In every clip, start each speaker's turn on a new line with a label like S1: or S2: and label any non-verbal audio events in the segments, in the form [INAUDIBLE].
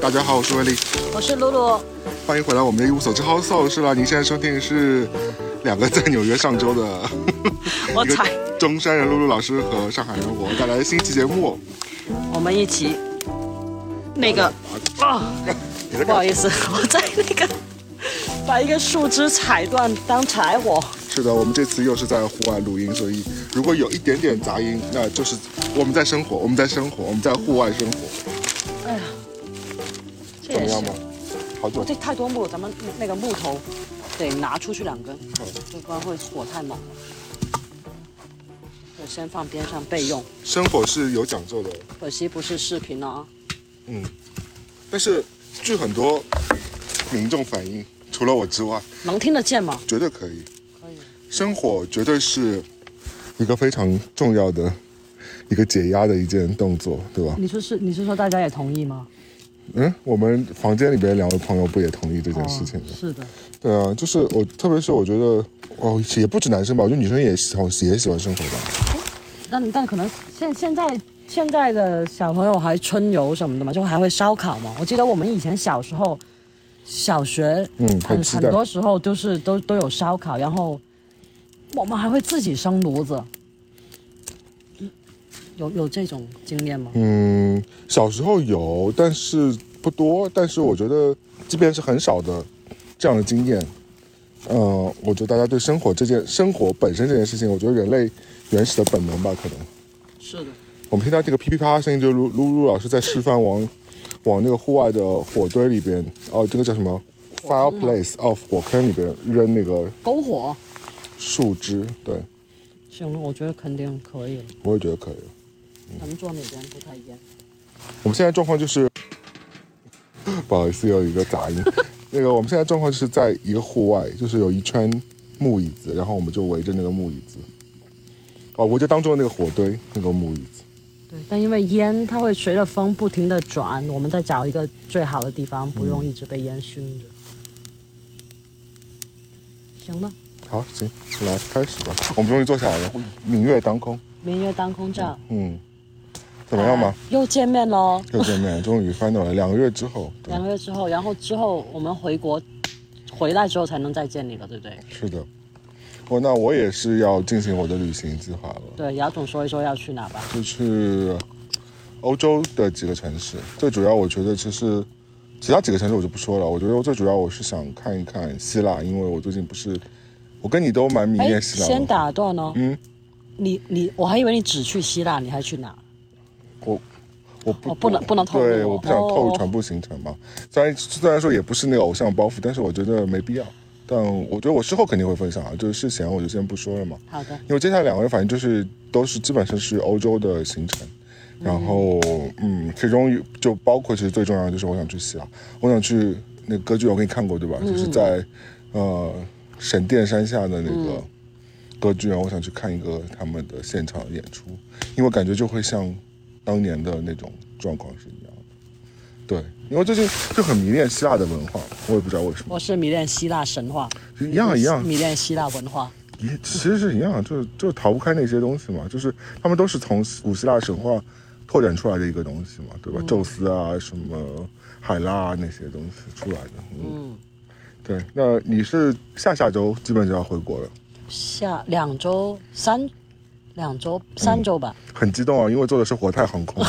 S1: 大家好，我是威利，
S2: 我是露露。
S1: 欢迎回来我们的一无所知 House Soul 是吧？您现在收听的是两个在纽约上周的
S2: [LAUGHS] 我
S1: 一个
S2: 猜
S1: 中山人露露老师和上海人我带来的新期节目。
S2: 我们一起那个啊，
S1: 你在
S2: 不
S1: 干
S2: 好意思， [LAUGHS] 我在那个把一个树枝踩断当柴火。
S1: 是的，我们这次又是在户外录音，所以如果有一点点杂音，那就是我们在生活，我们在生活，我们在户外生活，
S2: 哎呀，这
S1: 怎么
S2: 也
S1: 样
S2: 是
S1: 吗，？好久
S2: 这太多木，咱们那个木头得拿出去两根，就不然会火太猛了。就先放边上备用，
S1: 生活是有讲究的，
S2: 可惜不是视频了啊。
S1: 嗯，但是据很多民众反映，除了我之外，
S2: 能听得见吗？
S1: 绝对可以。
S2: 可以。
S1: 生火绝对是一个非常重要的一个解压的一件动作，对吧？
S2: 你说是？你是说大家也同意吗？
S1: 嗯，我们房间里边两位朋友不也同意这件事情吗？
S2: 哦是的。
S1: 对啊，就是我，特别是我觉得，哦，也不止男生吧，我觉得女生也喜欢也喜欢生活吧。
S2: 但但可能现现在现在的小朋友还春游什么的嘛，就还会烧烤嘛。我记得我们以前小时候，小学
S1: 嗯很
S2: 很
S1: 期待
S2: 很多时候都是都都有烧烤，然后我们还会自己生炉子。有有这种经验吗？
S1: 嗯，小时候有，但是不多。但是我觉得，即便是很少的这样的经验，呃，我觉得大家对生活这件生活本身这件事情，我觉得人类原始的本能吧，可能。
S2: 是的，
S1: 我们听到这个噼噼啪啪的声音，就是露露露老师在示范往往那个户外的火堆里边，哦，这个叫什么 fireplace 哦，火坑里边扔那个
S2: 篝火，
S1: 树枝。对，
S2: 行，我觉得肯定可以了。
S1: 我也觉得可以。
S2: 咱们坐那边不太一样。
S1: 我们现在状况就是，不好意思，又有一个杂音。那个我们现在状况就是在一个户外，就是有一圈木椅子，然后我们就围着那个木椅子，哦，围着当中的那个火堆那个木椅子。
S2: 对，但因为烟它会随着风不停的转，我们再找一个最好的地方，不用一直被烟熏着。行了，
S1: 好，行，来开始吧。我们终于坐下来了，明月当空。
S2: 明月当空照，哎
S1: 嗯，怎么样嘛？
S2: 又见面喽。
S1: 又见面，终于翻到了两个月之后，对
S2: 两，个月之后，然后之后我们回国，回来之后才能再见你了，对不对？
S1: 是的。我那我也是要进行我的旅行计划了，
S2: 对，姚总说一说要去哪吧。
S1: 就去欧洲的几个城市。最主要我觉得其实其他几个城市我就不说了，我觉得最主要我是想看一看希腊，因为我最近不是我跟你都蛮迷恋希腊的。
S2: 哎先打断哦。
S1: 嗯。
S2: 你你，我还以为你只去希腊，你还去哪？
S1: 我我不
S2: 哦不能不能透露
S1: 对，
S2: 哦
S1: 我不想透露
S2: 哦
S1: 全部行程嘛。虽然虽然说也不是那个偶像包袱，但是我觉得没必要。但我觉得我事后肯定会分享啊，就是事前我就先不说了嘛。
S2: 好的，
S1: 因为接下来两个月反正就是都是基本上是欧洲的行程，然后嗯，其中有就包括其实最重要的就是我想去希腊，我想去那个歌剧我给你看过对吧？就是在呃神殿山下的那个歌剧院，我想去看一个他们的现场演出，因为感觉就会像当年的那种状况是一样的。对，因为最近就很迷恋希腊的文化，我也不知道为什么，
S2: 我是迷恋希腊神话，
S1: 一样一样，
S2: 迷恋希腊文化。
S1: 也其实是一样，就是就逃不开那些东西嘛，就是他们都是从古希腊神话拓展出来的一个东西嘛，对吧？宙斯啊，什么海拉啊那些东西出来的。嗯，对。那你是下下周基本就要回国了，
S2: 下两周三，两周三周吧。
S1: 很激动啊，因为坐的是国泰航空，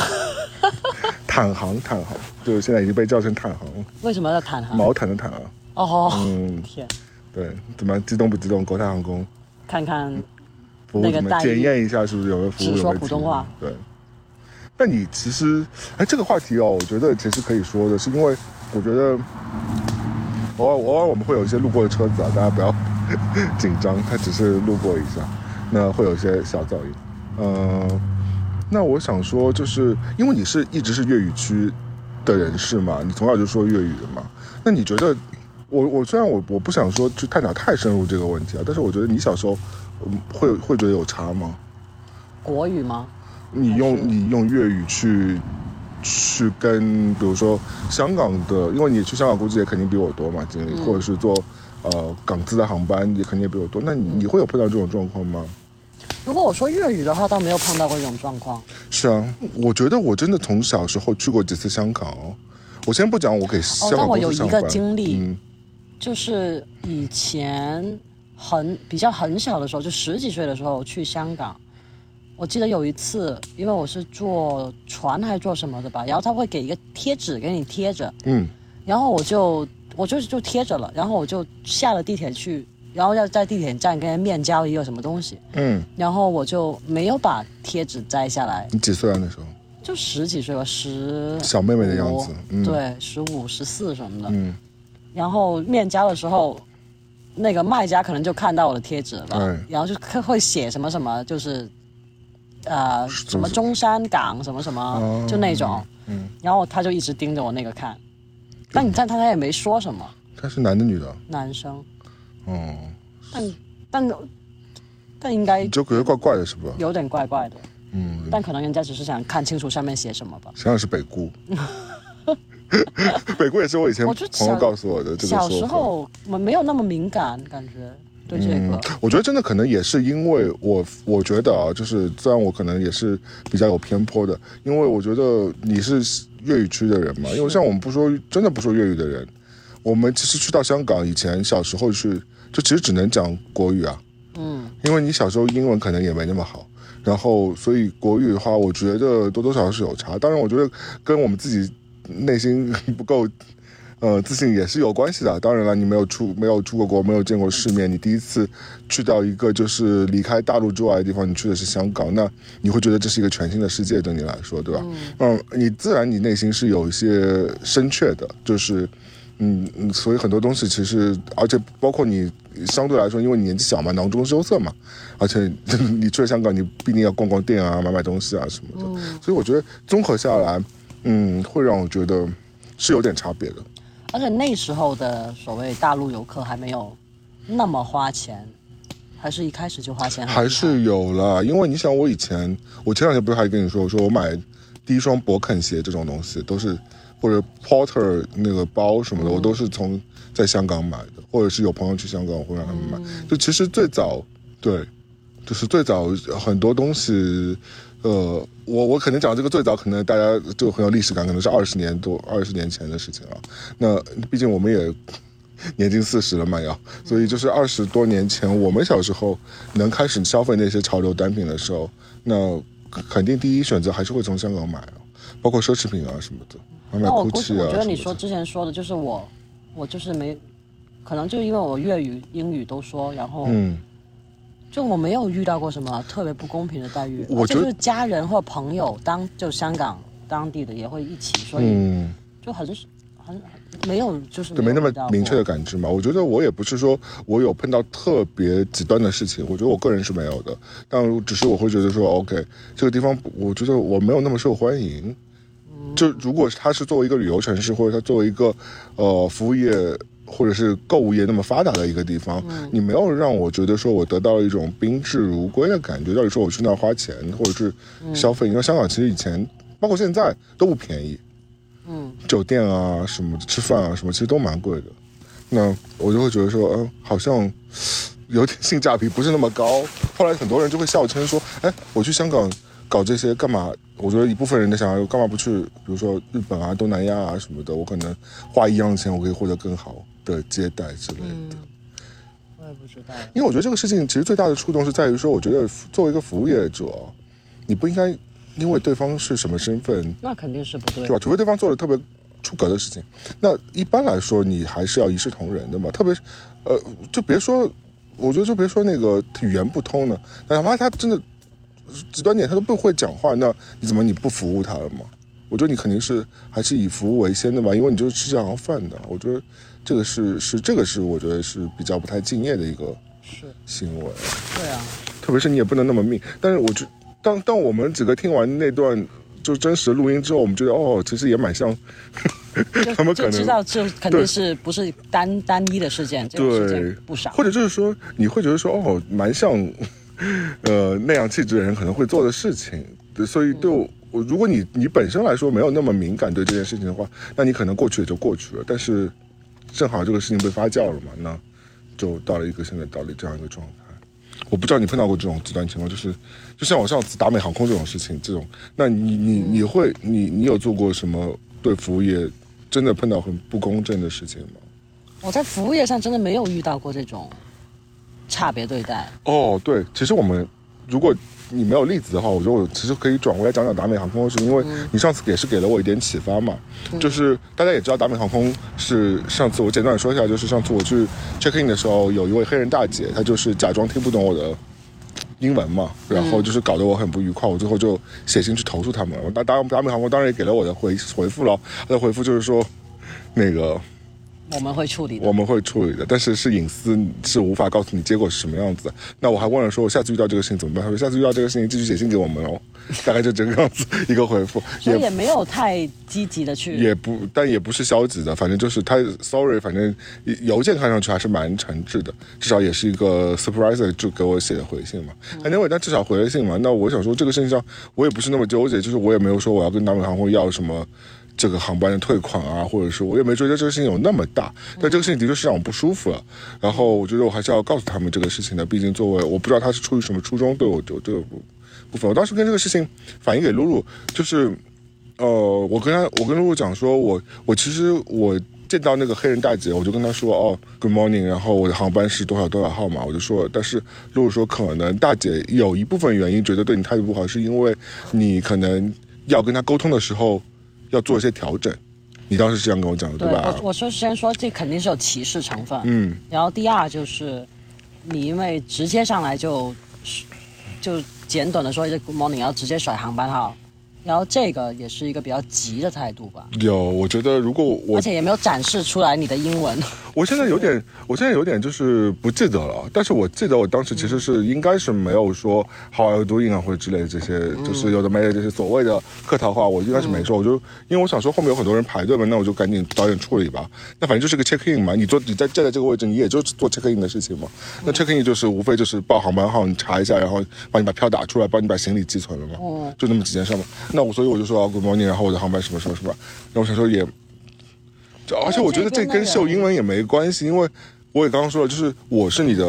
S1: 坦航，坦航，就是现在已经被叫成坦航了，
S2: 为什么要谈哈？
S1: 毛毯的毯啊。
S2: 哦，
S1: 嗯，
S2: 天，
S1: 对，怎么样激动不激动？国泰航空
S2: 看看
S1: 服务
S2: 那个
S1: 怎么
S2: 待遇
S1: 检验一下是不是有没有服务有没
S2: 只
S1: 有
S2: 说
S1: 质
S2: 普通
S1: 量
S2: 话
S1: 对。那你其实，哎，这个话题哦，我觉得其实可以说的，是因为我觉得偶尔偶尔我们会有一些路过的车子啊，大家不要 [LAUGHS] 紧张，它只是路过一下，那会有一些小噪音。嗯、那我想说，就是因为你是一直是粤语区的人士嘛，你从小就说粤语的嘛，那你觉得？我我虽然我我不想说去探讨太深入这个问题啊，但是我觉得你小时候，嗯会会觉得有差吗？
S2: 国语吗？
S1: 你用你用粤语去去跟，比如说香港的，因为你去香港估计也肯定比我多嘛经
S2: 嗯
S1: 历，或者是坐呃港资的航班也肯定也比我多。那你
S2: 嗯
S1: 你会有碰到这种状况吗？
S2: 如果我说粤语的话，倒没有碰到过这种状况。
S1: 是啊，我觉得我真的从小时候去过几次香港哦，我先不讲我给香
S2: 哦但
S1: 港
S2: 我
S1: 公
S2: 有
S1: 司
S2: 一
S1: 上
S2: 个
S1: 班，
S2: 经历
S1: 嗯
S2: 就是以前很比较很小的时候，就十几岁的时候去香港，我记得有一次，因为我是坐船还是坐什么的吧，然后他会给一个贴纸给你贴着，
S1: 嗯
S2: 然后我就我就就贴着了，然后我就下了地铁去，然后要在地铁站跟人面交一个什么东西，
S1: 嗯，
S2: 然后我就没有把贴纸摘下来，
S1: 你几岁啊那时候？
S2: 就十几岁吧，十
S1: 小妹妹的样子
S2: 五
S1: 嗯
S2: 对，十五、十四什么的。
S1: 嗯，
S2: 然后面交的时候，那个卖家可能就看到我的贴纸了，
S1: 哎
S2: 然后就看会写什么什么，就是呃
S1: 是
S2: 什么中山港什么什么，
S1: 哦
S2: 就那种。
S1: 嗯，
S2: 然后他就一直盯着我那个看，但你看他他也没说什么，
S1: 他是男的女的？
S2: 男生，
S1: 哦，
S2: 但但但应该
S1: 你就觉得怪怪的是吧？
S2: 有点怪怪的，
S1: 嗯，
S2: 但可能人家只是想看清楚上面写什么吧。
S1: 想想是北姑。 [LAUGHS] 北姑也是我以前
S2: 我就
S1: 朋友
S2: 小
S1: 告诉我的这个说法。
S2: 小时候我没有那么敏感，感觉对这个，
S1: 我觉得真的可能也是因为我，我觉得啊，就是虽然我可能也是比较有偏颇的，因为我觉得你是粤语区的人嘛，因为像我们不说真的不说粤语的人，我们其实去到香港以前，小时候去就其实只能讲国语啊，
S2: 嗯，
S1: 因为你小时候英文可能也没那么好，然后所以国语的话，我觉得多多少少是有差。当然，我觉得跟我们自己内心 [LAUGHS] 不够。呃，自信也是有关系的。啊当然了，你没有出没有出过国，没有见过世面，你第一次去到一个就是离开大陆之外的地方，你去的是香港，那你会觉得这是一个全新的世界，对你来说，对吧？嗯，你自然你内心是有一些深怯的，就是。嗯，嗯所以很多东西其实，而且包括你相对来说，因为你年纪小嘛，囊中羞涩嘛，而且 [LAUGHS] 你去了香港，你必定要逛逛店啊，买买东西啊什么的。所以我觉得综合下来，嗯，会让我觉得是有点差别的。
S2: 而且那时候的所谓大陆游客还没有那么花钱，还是一开始就花钱很厉害，
S1: 还是有了，因为你想，我以前我前两天不是还跟你说，我说我买第一双勃肯鞋这种东西都是，或者 Porter 那个包什么的，我
S2: 嗯
S1: 都是从在香港买的，或者是有朋友去香港，我会让他们买。
S2: 嗯
S1: 就其实最早，对，就是最早很多东西，呃，我我可能讲这个最早，可能大家就很有历史感，可能是二十年多、二十年前的事情了。那毕竟我们也年近四十了嘛，要，所以就是二十多年前，我们小时候能开始消费那些潮流单品的时候，那肯定第一选择还是会从香港买啊，包括奢侈品啊什么的，买买
S2: 那我
S1: GUCCI
S2: 估
S1: 啊什
S2: 计，
S1: 么的。
S2: 哦我觉得你说之前说的就是我，我就是没，可能就因为我粤语、英语都说，然后
S1: 嗯，
S2: 就我没有遇到过什么特别不公平的待遇，
S1: 我
S2: 而且
S1: 觉得
S2: 就是家人或朋友当就香港当地的也会一起，所以
S1: 嗯，
S2: 就很很没有就是
S1: 就没那
S2: 遇到
S1: 么
S2: 过
S1: 明确的感知嘛。我觉得我也不是说我有碰到特别极端的事情，我觉得我个人是没有的，但只是我会觉得说，OK，这个地方我觉得我没有那么受欢迎。
S2: 嗯
S1: 就如果它是作为一个旅游城市，或者它作为一个呃服务业或者是购物业那么发达的一个地方，
S2: 嗯
S1: 你没有让我觉得说我得到了一种宾至如归的感觉。到底说我去那儿花钱或者是
S2: 嗯
S1: 消费，因为香港其实以前包括现在都不便宜，
S2: 嗯，
S1: 酒店啊什么吃饭啊什么其实都蛮贵的。那我就会觉得说，嗯、好像有点性价比不是那么高。后来很多人就会笑称说：“哎，我去香港搞这些干嘛？”我觉得一部分人在想，哎干嘛不去，比如说日本啊、东南亚啊什么的，我可能花一样的钱，我可以获得更好的接待之类的。
S2: 我也不知道。
S1: 因为我觉得这个事情其实最大的触动是在于说，我觉得作为一个服务业者，你不应该因为对方是什么身份，
S2: 那肯定是不对
S1: 对吧？除非对方做了特别出格的事情，那一般来说你还是要一视同仁的嘛。特别是，呃，就别说，我觉得就别说那个语言不通的，哪怕他真的极端点，他都不会讲话，那你怎么你不服务他了吗？我觉得你肯定是还是以服务为先的吧，因为你就是吃这行饭的。我觉得这个是是这个是我觉得是比较不太敬业的一个
S2: 是，
S1: 行为。
S2: 对啊，
S1: 特别是你也不能那么命。但是我就当当我们几个听完那段就真实的录音之后，我们觉得哦，其实也蛮像， [LAUGHS]
S2: 就
S1: 怎么可
S2: 就
S1: 能
S2: 知道这肯定是不是单单一的事件，这种事
S1: 对
S2: 件不，少
S1: 或。者就是说你会觉得说哦，蛮像， [LAUGHS] 呃，那样气质的人可能会做的事情。对所以对我，我如果你你本身来说没有那么敏感对这件事情的话，那你可能过去也就过去了。但是正好这个事情被发酵了嘛，那就到了一个现在到了这样一个状态。我不知道你碰到过这种极端情况，就是就像我上次达美航空这种事情，这种，那你你你会你你有做过什么对服务业真的碰到很不公正的事情吗？
S2: 我在服务业上真的没有遇到过这种差别对待。
S1: 哦，对，其实我们如果你没有例子的话，我觉得我其实可以转过来讲讲达美航空的事，因为你上次也是给了我一点启发嘛。就是大家也知道，达美航空是上次我简短地说一下，就是上次我去 check in 的时候，有一位黑人大姐，她就是假装听不懂我的英文嘛，然后就是搞得我很不愉快，我最后就写信去投诉他们了。达达达美航空当然也给了我的回回复了，她的回复就是说，那个
S2: 我们会处理的
S1: 我。们会处理的，但是是隐私，是无法告诉你结果是什么样子的。那我还问了说，我下次遇到这个事情怎么办？他说下次遇到这个事情继续写信给我们哦，大概就这个样子一个回复，
S2: 所以
S1: 也
S2: 也没有太积极的去，
S1: 也不，但也不是消极的，反正就是他 sorry，反正邮件看上去还是蛮诚挚的，至少也是一个 surprise 就给我写的回信嘛。反正我但至少回了信嘛。那我想说这个事情上，我也不是那么纠结，就是我也没有说我要跟南美航空要什么。这个航班的退款啊，或者是我也没觉得这个事情有那么大，但这个事情的确是让我不舒服了。然后我觉得我还是要告诉他们这个事情的，毕竟作为我不知道他是出于什么初衷对我有这个部部分。我当时跟这个事情反映给露露，就是呃，我跟他，我跟露露讲说，我我其实我见到那个黑人大姐，我就跟她说，哦，Good morning，然后我的航班是多少多少号码，我就说，但是露露说，可能大姐有一部分原因觉得对你态度不好，是因为你可能要跟她沟通的时候要做一些调整。你当时是这样跟我讲的，
S2: 对
S1: 吧
S2: 我？我说先说这肯定是有歧视成分，嗯，然后第二就是你因为直接上来就就简短的说一句 good morning，然后直接甩航班号，然后这个也是一个比较急的态度吧，
S1: 有，我觉得如果我
S2: 而且也没有展示出来你的英文， [LAUGHS]
S1: 我现在有点，我现在有点就是不记得了，但是我记得我当时其实是应该是没有说 how are you doing 啊或者之类的这些，就是有的没的这些所谓的客套话，我应该是没说，我就因为我想说后面有很多人排队嘛，那我就赶紧早点处理吧。那反正就是个 check in 嘛，你坐你在站在这个位置，你也就是做 check in 的事情嘛。那 check in 就是无非就是报航班号，你查一下，然后帮你把票打出来，帮你把行李寄存了嘛，就那么几件事嘛。那我所以我就说、啊、good morning，然后我的航班什么什么什么，那我想说也这而且我觉得这跟秀英文也没关系，因为我也刚刚说了，就是我是你的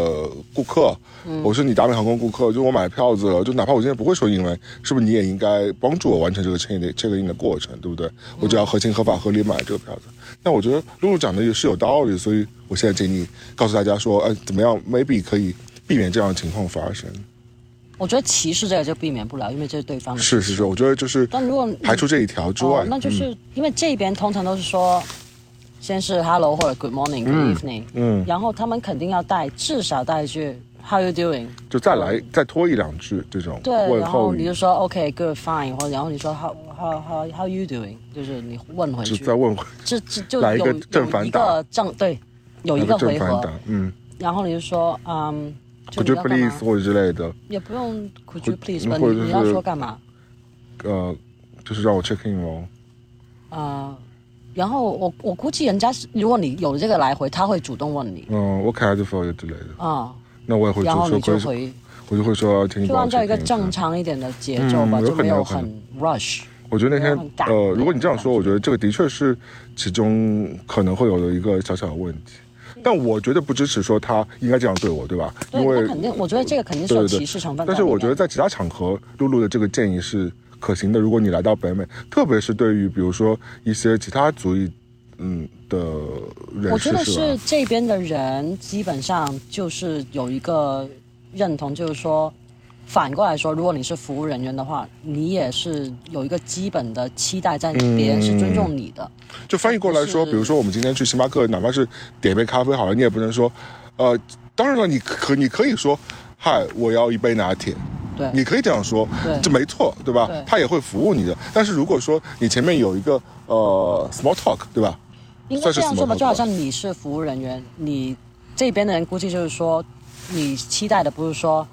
S1: 顾客，
S2: 嗯
S1: 我是你达美航空顾客，就我买票子了，就哪怕我今天不会说英文，是不是你也应该帮助我完成这个 check in check in 的过程，对不
S2: 嗯
S1: 对？我只要合情合法合理买这个票子。那我觉得露露讲的也是有道理，所以我现在建议告诉大家说，哎，怎么样，maybe 可以避免这样的情况发生。
S2: 嗯我觉得歧视这个就避免不了，因为这是对方的
S1: 是是是，我觉得就是
S2: 但如果你
S1: 排除这一条之外，
S2: 哦、那就是因为这边通常都是说，先是 hello 或者 good morning、good evening，嗯，然后他们肯定要带至少带一句 how you doing，
S1: 就再来再拖一两句这种
S2: 对，
S1: 问
S2: 然后
S1: 候
S2: 你
S1: 语
S2: 就。说 OK good fine，或者然后你说 how how how how you doing，就是你问回
S1: 就
S2: 去
S1: 再，问回
S2: 这这就
S1: 来一
S2: 有
S1: 个正
S2: 有
S1: 反
S2: 一
S1: 打
S2: 个正对，有哦一个
S1: 正
S2: 回
S1: 反
S2: 合，
S1: 打，嗯。
S2: 然后你就说嗯，就
S1: Could you
S2: 你要干嘛
S1: please 或者之类的，
S2: 也不用 could you please
S1: 嗯
S2: 吧，
S1: 或者
S2: 你
S1: 就
S2: 你要
S1: 是
S2: 说干嘛？
S1: 呃，就是让我 check in 咯。
S2: 啊，然后我我估计人家是，如果你有这个来回，他会主动问你
S1: 嗯，What can I do for you 之类的，
S2: 啊、
S1: 那我也会
S2: 然后
S1: 就
S2: 你
S1: 说
S2: 就
S1: 可以说，
S2: 回，
S1: 我就会说，请你
S2: 就
S1: 帮我
S2: 按照
S1: check
S2: 一个
S1: in
S2: 正常一点的节奏吧，
S1: 嗯有
S2: 就
S1: 可
S2: 没
S1: 能有可
S2: 很 rush。
S1: 我觉得那天
S2: 没有很大
S1: 呃，如果
S2: 没有
S1: 你这样
S2: 很
S1: 说，
S2: 大
S1: 我觉得这个的确是其中可能会有的一个小小的问题，但我绝对不支持说他应该这样对我，对吧？
S2: 对，
S1: 因为
S2: 他肯定，我觉得这个肯定是
S1: 对
S2: 有
S1: 对
S2: 歧视成分在
S1: 但
S2: 里面。
S1: 是我觉得在其他场合，露露的这个建议是可行的。如果你来到北美，特别是对于比如说一些其他族裔，嗯的人
S2: 我
S1: 士
S2: 觉得
S1: 吧
S2: 是这边的人基本上就是有一个认同，就是说，反过来说，如果你是服务人员的话，你也是有一个基本的期待，在别人是尊重你的。
S1: 就翻译过来说，
S2: 哦就是
S1: 比如说我们今天去星巴克，哪怕是点杯咖啡好了，你也不能说，呃，当然了，你可你可以说，嗨，我要一杯拿铁。
S2: 对，
S1: 你可以这样说，
S2: 对
S1: 这没错，对吧
S2: 对
S1: 他也会服务你的。但是如果说你前面有一个呃 small talk，对吧？
S2: 应该这样说吧，
S1: 算是 small talk
S2: 就好像你是服务人员，你这边的人估计就是说，你期待的不是说，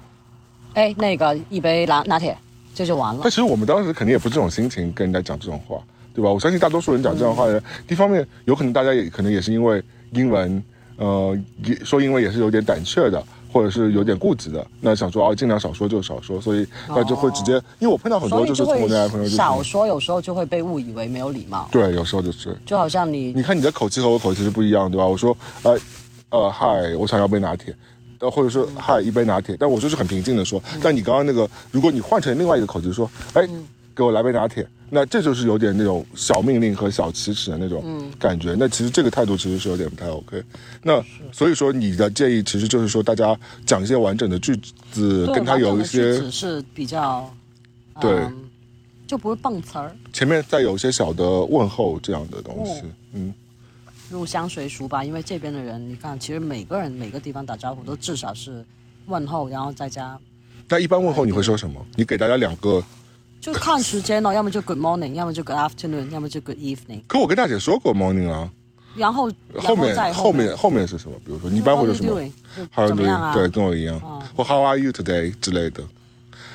S2: 哎，那个一杯拿拿铁，这就完了
S1: 但。其实我们当时肯定也不是这种心情跟人家讲这种话，对吧？我相信大多数人讲这种话的人，一方面有可能大家也可能也是因为英文，呃，也说英文也是有点胆怯的，或者是有点顾忌的，那想说哦，尽量少说就少说，所以那就会直接，因为我碰到很多
S2: 哦所
S1: 就
S2: 以
S1: 是从
S2: 会
S1: 我的朋友就是
S2: 少说，有时候就会被误以为没有礼貌。
S1: 对，有时候就是，
S2: 就好像你
S1: 你看你的口气和我口气是不一样，对吧？我说，呃，呃，嗨，我想要杯拿铁。呃，或者说嗨一杯拿铁，但我
S2: 嗯
S1: 就是很平静的说。但你刚刚那个，如果你换成另外一个口气说，哎，给我来杯拿铁，那这就是有点那种小命令和小奇耻的那
S2: 嗯
S1: 种感觉。那其实这个态度其实是有点不太 OK。那所以说你的建议其实就是说大家讲一些完整的句子，
S2: 对
S1: 跟他
S2: 完整
S1: 有一
S2: 的
S1: 些
S2: 句子是比较，
S1: 对
S2: 嗯就不会蹦词儿，
S1: 前面再有一些小的问候这样的东西。嗯，
S2: 入乡随俗吧。因为这边的人，你看，其实每个人每个地方打招呼都至少是问候，然后再加
S1: 那一般问候你会说什么？你给大家两个。
S2: 就看时间了，要么就 Good morning，要么就 Good afternoon，要么就 Good evening，
S1: 可我跟大姐说过 morning 啊，
S2: 然后
S1: 后面
S2: 然后再
S1: 后
S2: 面
S1: 面后面是什么？比如说你一般会说什
S2: How
S1: 么
S2: are you doing？
S1: ？How
S2: 就
S1: are
S2: 怎
S1: you
S2: 么样
S1: doing？
S2: 啊
S1: 对，跟我一样
S2: 嗯。
S1: 或 How are you today 之类的。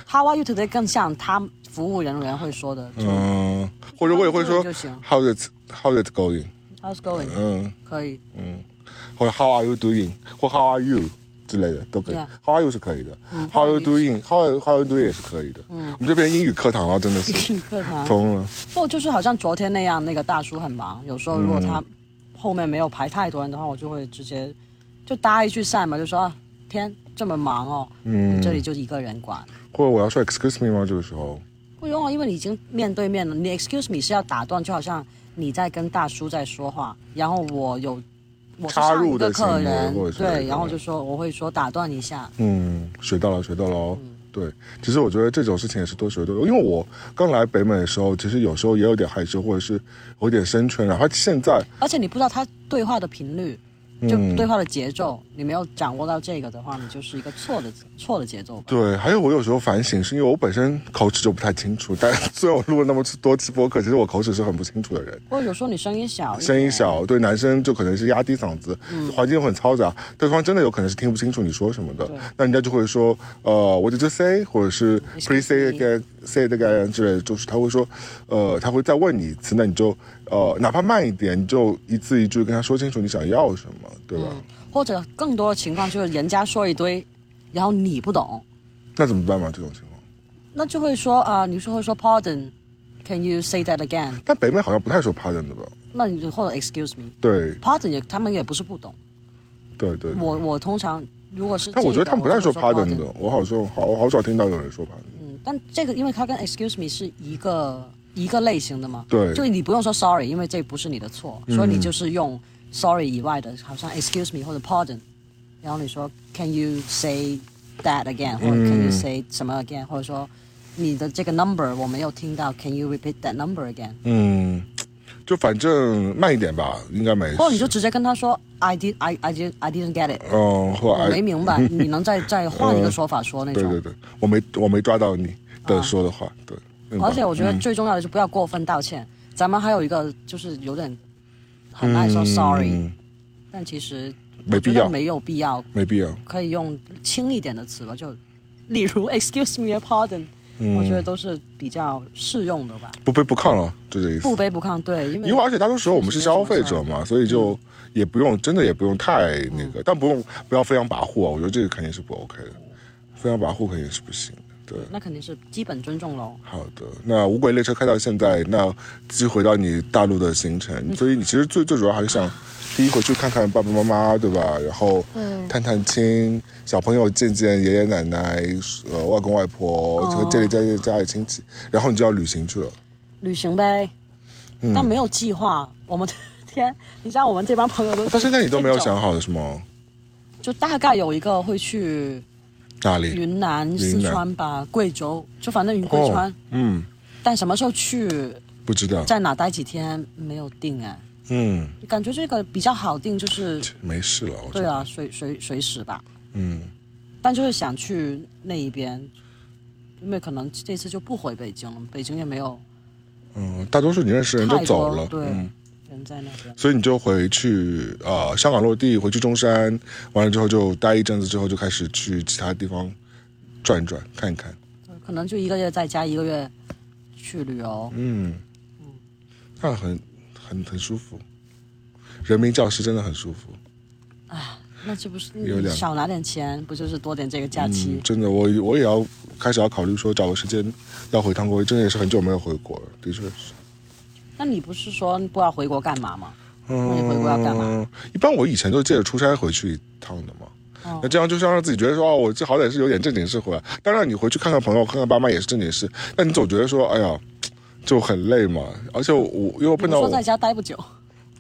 S2: ？How are you today？更像他服务人员会说的。就
S1: 嗯，或者我也会说
S2: 就行
S1: How's it How's it going？
S2: How's going？
S1: 嗯，
S2: 可以， [LAUGHS]
S1: 或者 How are you doing？或 How are you 之类的都可以
S2: Yeah。嗯
S1: How are you 是可以的。How are you
S2: how are 嗯
S1: doing？How are- How are you doing 也是可以的。我们这边英语课堂了，啊真的
S2: [LAUGHS]
S1: 是
S2: 课堂。
S1: 疯了。
S2: 不就是好像昨天那样，那个大叔很忙，有时候如果他
S1: 嗯
S2: 后面没有排太多人的话，我就会直接就搭一句讪嘛，就说、啊、天这么忙哦，嗯，这里就一个人管。
S1: 或者我要说 Excuse me 吗？这个时候，
S2: 不用啊，因为你已经面对面了。你 excuse me 是要打断，就好像你在跟大叔在说话，然后我有我是
S1: 插
S2: 上
S1: 入
S2: 一个
S1: 的行
S2: 客
S1: 为
S2: 人
S1: 或者，是
S2: 对，然后
S1: 对
S2: 就说我会说打断一下，
S1: 嗯，学到了，学到了哦。对，其实我觉得这种事情也是多学多，因为我刚来北美的时候，其实有时候也有点害羞，或者是有点生存。然后现在，
S2: 而且你不知道他对话的频率。就
S1: 嗯
S2: 对话的节奏，你没有掌握到这个的话，你就是一个错的错的节奏吧。
S1: 对，还有我有时候反省，是因为我本身口齿就不太清楚，但虽然我录了那么多期播客，其实我口齿是很不清楚的人。
S2: 或者有时候你声音小，
S1: 声音，小，对男生就可能是压低嗓子，环境很嘈杂，对方真的有可能是听不清楚你说什么的，那人家就会说，呃，what did you say，或者是 please say again say it again 之类的，就是他会说，呃，他会再问你一次，那你就呃哪怕慢一点，你就一字一句跟他说清楚你想要什么，对吧？
S2: 或者更多的情况就是人家说一堆，然后你不懂，
S1: 那怎么办嘛？这种情况，
S2: 那就会说啊、你是会说 pardon，can you say that again？
S1: 但北美好像不太说 pardon 的吧？
S2: 那你就或者 excuse me。
S1: 对
S2: pardon 也他们也不是不懂，
S1: 对对，
S2: 我我通常如果是
S1: 但我觉得
S2: 这个
S1: 他们不太
S2: 我就
S1: 说
S2: 会
S1: pardon 的，我好像好好少听到有人说 pardon，
S2: 嗯，但这个因为它跟 excuse me 是一个一个类型的嘛，
S1: 对嗯
S2: 就你不用说 sorry，因为这不是你的错，所以你就是用 sorry 以外的，好像 excuse me 或者 pardon，然后你说 can you say that again，或者
S1: 嗯
S2: can you say 什么 again，或者说你的这个 number 我没有听到，can you repeat that number again？
S1: 嗯，哦就反正慢一点吧，应该没事。
S2: 或者你就直接跟他说 I did I I did I didn't get it，
S1: 嗯，或
S2: 我没
S1: 哎，
S2: 明白，你能
S1: [LAUGHS]
S2: 再再换一
S1: 嗯
S2: 个说法说那
S1: 对
S2: 种啊
S1: 对。对，我没我没抓到你的说的话，对，明白嗯
S2: 而且我觉得最重要的是不要过分道歉。咱们还有一个就是有点很爱说 sorry，、
S1: 嗯
S2: 但其实
S1: 没必要
S2: 我觉得没有必要，
S1: 没必要，
S2: 可以用轻一点的词吧，就例如 [LAUGHS] excuse me pardon，、我
S1: 嗯
S2: 觉得都是比较适用的吧。
S1: 不卑不亢了，就这意思
S2: 不。卑不亢，对，因为
S1: 因为而且大多时候我们是消费
S2: 啊
S1: 者嘛，
S2: 嗯
S1: 所以就也不用真的也不用太那个，但不用不要飞扬跋扈啊，我觉得这个肯定是不 OK 的，飞扬跋扈肯定是不行的。对，
S2: 那肯定是基本尊重喽。
S1: 好的，那无轨列车开到现在，那继续回到你大陆的行程，
S2: 嗯
S1: 所以你其实最最主要还是想，第一回去看看爸爸妈妈，对吧？然后探探亲，小朋友见见爷爷奶奶、呃外公外婆，这个这里家里家里亲戚，然后你就要旅行去了。
S2: 旅行呗，
S1: 嗯
S2: 但没有计划。我们 [LAUGHS] 天，你像我们这帮朋友都，
S1: 但现在你都没有想，好了是吗？
S2: 就大概有一个会去
S1: 哪里？
S2: 云南、四川吧，贵州，就反正云贵川。
S1: 哦，嗯，
S2: 但什么时候去，
S1: 不知道，
S2: 在哪待几天没有定哎，
S1: 嗯，
S2: 感觉这个比较好定，就是
S1: 没事了，我觉
S2: 对
S1: 得，
S2: 啊，随随随时吧。
S1: 嗯，
S2: 但就是想去那一边，因为可能这次就不回北京了，北京也没有
S1: 嗯，大多数你认识的人都
S2: 太
S1: 走
S2: 多
S1: 了，
S2: 对、啊
S1: 嗯。
S2: 人在那边。
S1: 所以你就回去呃香港落地，回去中山，完了之后就待一阵子之后就开始去其他地方转一转看一看。
S2: 可能就一个月在家，一个月去旅游。
S1: 嗯，那很很很舒服。人民教师真的很舒服，
S2: 那这不是
S1: 有
S2: 你
S1: 点
S2: 少拿点钱，不就是多点这个假期？
S1: 嗯，真的，我我也要开始要考虑说找个时间要回趟国，真的也是很久没有回国了，的确是。
S2: 那你不是说不知道回国干嘛吗？那你回国要干嘛？
S1: 嗯，一般我以前都借着出差回去一趟的嘛。
S2: 哦
S1: 那这样就是要让自己觉得说，哦，我这好歹是有点正经事回来。当然，你回去看看朋友，看看爸妈也是正经事。但你总觉得说，哎呀，就很累嘛。而且我因为我
S2: 你
S1: 碰
S2: 不
S1: 到
S2: 说
S1: 我
S2: 在家待不久，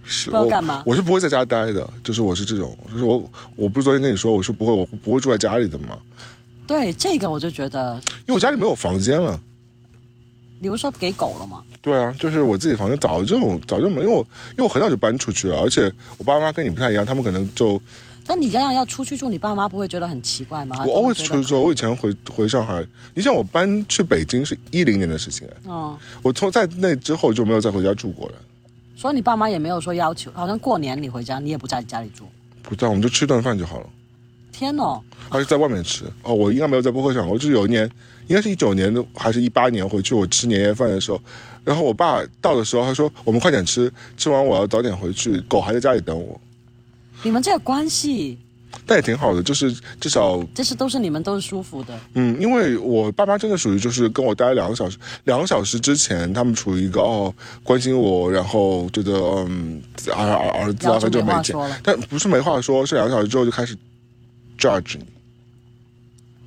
S1: 是
S2: 不知道
S1: 我
S2: 干嘛
S1: 我是不会在家待的，就是我是这种，就是我我不是昨天跟你说我是不会我不会住在家里的嘛，
S2: 对这个我就觉得，
S1: 因为我家里没有房间了。
S2: 你不是说给狗了吗？
S1: 对啊，就是我自己房间早就早就没，因为我因为我很早就搬出去了，而且我爸妈跟你不太一样，他们可能就
S2: 但你这样要出去住，你爸妈不会觉得很奇怪吗？
S1: 我 always
S2: 觉
S1: 出去
S2: 得，
S1: 住，我以前回回上海，你像我搬去北京是一零年的事情，
S2: 嗯，
S1: 我从在那之后就没有再回家住过了，
S2: 所以你爸妈也没有说要求，好像过年你回家，你也不在家里住。
S1: 不在我们就吃顿饭就好了。
S2: 天哦，
S1: 还是在外面吃哦，我应该没有在播客上过，就是有一年，应该是一九年的还是一八年回去，我吃年夜饭的时候，然后我爸到的时候，他说我们快点吃，吃完我要早点回去，狗还在家里等我，
S2: 你们这个关系，
S1: 但也挺好的，就是至少
S2: 这是都是你们都是舒服的。
S1: 嗯，因为我爸妈真的属于就是跟我待了两个小时，两个小时之前他们处于一个哦关心我，然后觉得嗯儿儿儿子啊
S2: 然后
S1: 很
S2: 就
S1: 久
S2: 没话
S1: 见
S2: 说了，
S1: 但不是没话说，是两个小时之后就开始 judge 你。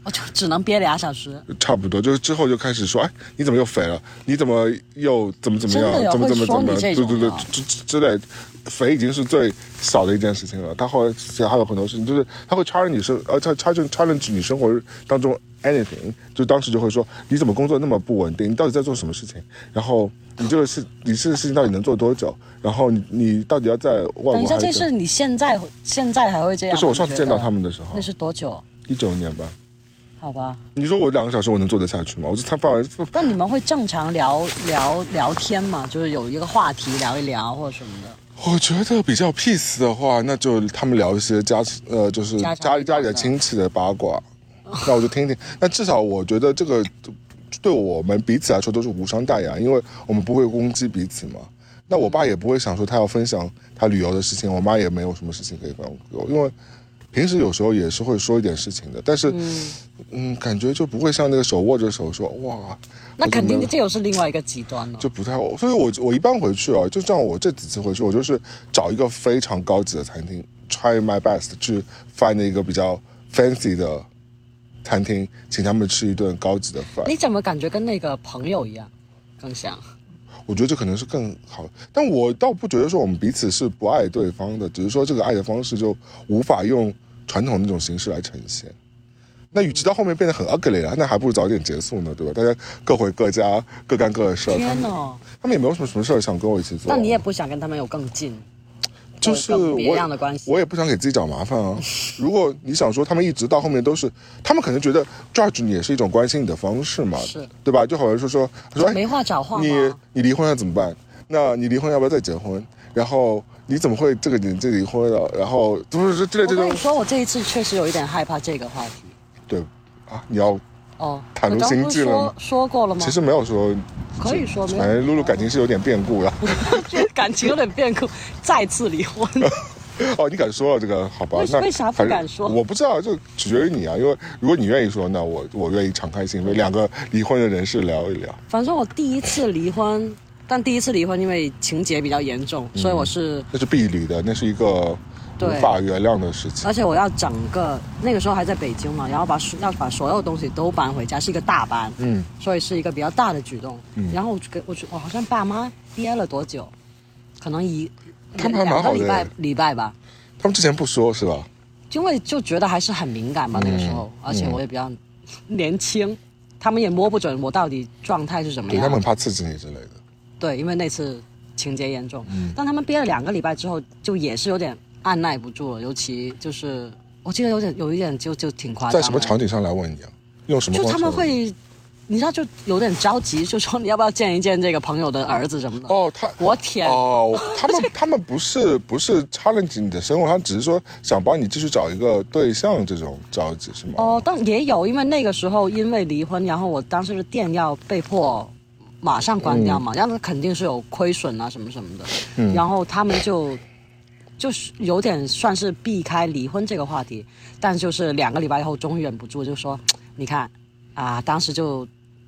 S2: 我哦就只能憋俩小时，
S1: 差不多，就是之后就开始说，哎，你怎么又肥了？你怎么又怎么怎么
S2: 真的
S1: 样？
S2: 有
S1: 怎么怎么
S2: 会说
S1: 怎
S2: 你
S1: 么？
S2: 这
S1: 对
S2: 种
S1: 对
S2: 啊的
S1: 对，之之之类，肥已经是最少的一件事情了。他后来其实还有很多事情，就是他会 challenge 你生，呃，他 challenge challenge 你生活当中 anything，就当时就会说，你怎么工作那么不稳定？你到底在做什么事情？然后你这个事，你这个事情到底能做多久？然后你你到底要在外
S2: 等一
S1: 国
S2: 下，
S1: 还
S2: 这
S1: 是？
S2: 是你现在现在还会这样？
S1: 这是我上次
S2: 你觉
S1: 见
S2: 得
S1: 到他，们的时候
S2: 那，是多久？
S1: 一九年吧。
S2: 好吧，
S1: 你说我两个小时我能做得下去吗？我就他爸
S2: 那你们会正常聊聊聊天吗？就是有一个话题聊一聊或者什么的。
S1: 我觉得比较 peace 的话，那就他们聊一些家呃，就是
S2: 家常
S1: 家里
S2: 里
S1: 家里的
S2: 的嗯
S1: 亲戚的八卦，那我就听听。那至少我觉得这个对我们彼此来说都是无伤大雅，因为我们不会攻击彼此嘛。那我爸也不会想说他要分享他旅游的事情，我妈也没有什么事情可以跟我，因为平时有时候也是会说一点事情的，但是嗯感觉就不会像那个手握着手说哇，
S2: 那
S1: 我怎
S2: 肯
S1: 么
S2: 定，这又是另外一个极端了。
S1: 就不太好，所以我我一般回去啊，就像我这几次回去，我就是找一个非常高级的餐厅，try my best 去 find 一个比较 fancy 的餐厅，请他们吃一顿高级的饭。
S2: 你怎么感觉跟那个朋友一样，更像？
S1: 我觉得这可能是更好，但我倒不觉得说我们彼此是不爱对方的，只是说这个爱的方式就无法用传统那种形式来呈现。那与其到后面变得很 ugly 了，那还不如早点结束呢，对吧？大家各回各家，各干各的事儿。他
S2: 天
S1: 们
S2: 哦，
S1: 他们也没有什么什么事儿想跟我一起做。
S2: 那你也不想跟他们有更近，
S1: 就是
S2: 有更
S1: 我
S2: 别样的关系。
S1: 我也不想给自己找麻烦
S2: [LAUGHS]
S1: 啊。如果你想说他们一直到后面都是，他们可能觉得 judge 你也是一种关心你的方式嘛，
S2: 是
S1: 对吧？就好像说说，他说哎，
S2: 没话找话
S1: 你
S2: 吗？
S1: 你离婚了怎么办？那你离婚要不要再结婚？然后你怎么会这个年纪离婚了？然后就是这之类
S2: 我
S1: 这
S2: 跟
S1: 种
S2: 你，说，我这一次确实有一点害怕这个话题。
S1: 对啊，你要
S2: 哦，
S1: 袒露
S2: 我刚
S1: 心
S2: 不
S1: 迹
S2: 是
S1: 了
S2: 说
S1: 吗
S2: 说过了吗
S1: 其？实哎没有说，
S2: 可以说没
S1: 反
S2: 有，
S1: 正露露感情是有点变故了。
S2: [LAUGHS] 感情有点变故，再次离婚。
S1: [LAUGHS] 哦，你敢说了这个？好吧
S2: 为，
S1: 那
S2: 为啥不
S1: 反正
S2: 敢说
S1: 我不知道，就取决于你啊。因为如果你愿意说，那我我愿意敞开
S2: 嗯
S1: 心扉，两个离婚的人士聊一聊。
S2: 反正我第一次离婚，但第一次离婚因为情节比较严重，所以我是，
S1: 那是必理的，那是一个无
S2: 对呃
S1: 法原谅的事情。
S2: 而且我要整个那个时候还在北京嘛，然后把所要把所有东西都搬回家，是一个大搬，
S1: 嗯，
S2: 所以是一个比较大的举动。然后我就给我去，我好像爸妈憋了多久，可能一
S1: 他们还蛮
S2: 两个
S1: 好的
S2: 礼拜礼拜吧，
S1: 他们之前不说是吧？
S2: 因为就觉得还是很敏感吧、那个时候，
S1: 嗯
S2: 而且我也比较年轻，他们也摸不准我到底状态是怎么
S1: 对，他
S2: 样
S1: 们。很怕刺激你之类的。
S2: 对，因为那次情节严重，
S1: 嗯
S2: 但他们憋了两个礼拜之后，就也是有点按耐不住了，尤其就是我记得有点有一点就就挺夸张的，
S1: 在什么场景上来问你啊？用什么
S2: 啊就
S1: 方式？
S2: 他们会，你知道就有点着急，就说你要不要见一见这个朋友的儿子什么的。
S1: 哦，
S2: [LAUGHS]
S1: 他
S2: 我天，
S1: 哦，他们 [LAUGHS] 他们不是不是 challenge 你的生活，他只是说想帮你继续找一个对象这种着急是吗？
S2: 哦，但也有，因为那个时候因为离婚，然后我当时的店要被迫马上关掉
S1: 嗯
S2: 嘛，然后肯定是有亏损啊什么什么的，然后他们就就是有点算是避开离婚这个话题，但就是两个礼拜以后终于忍不住就说，你看啊，当时就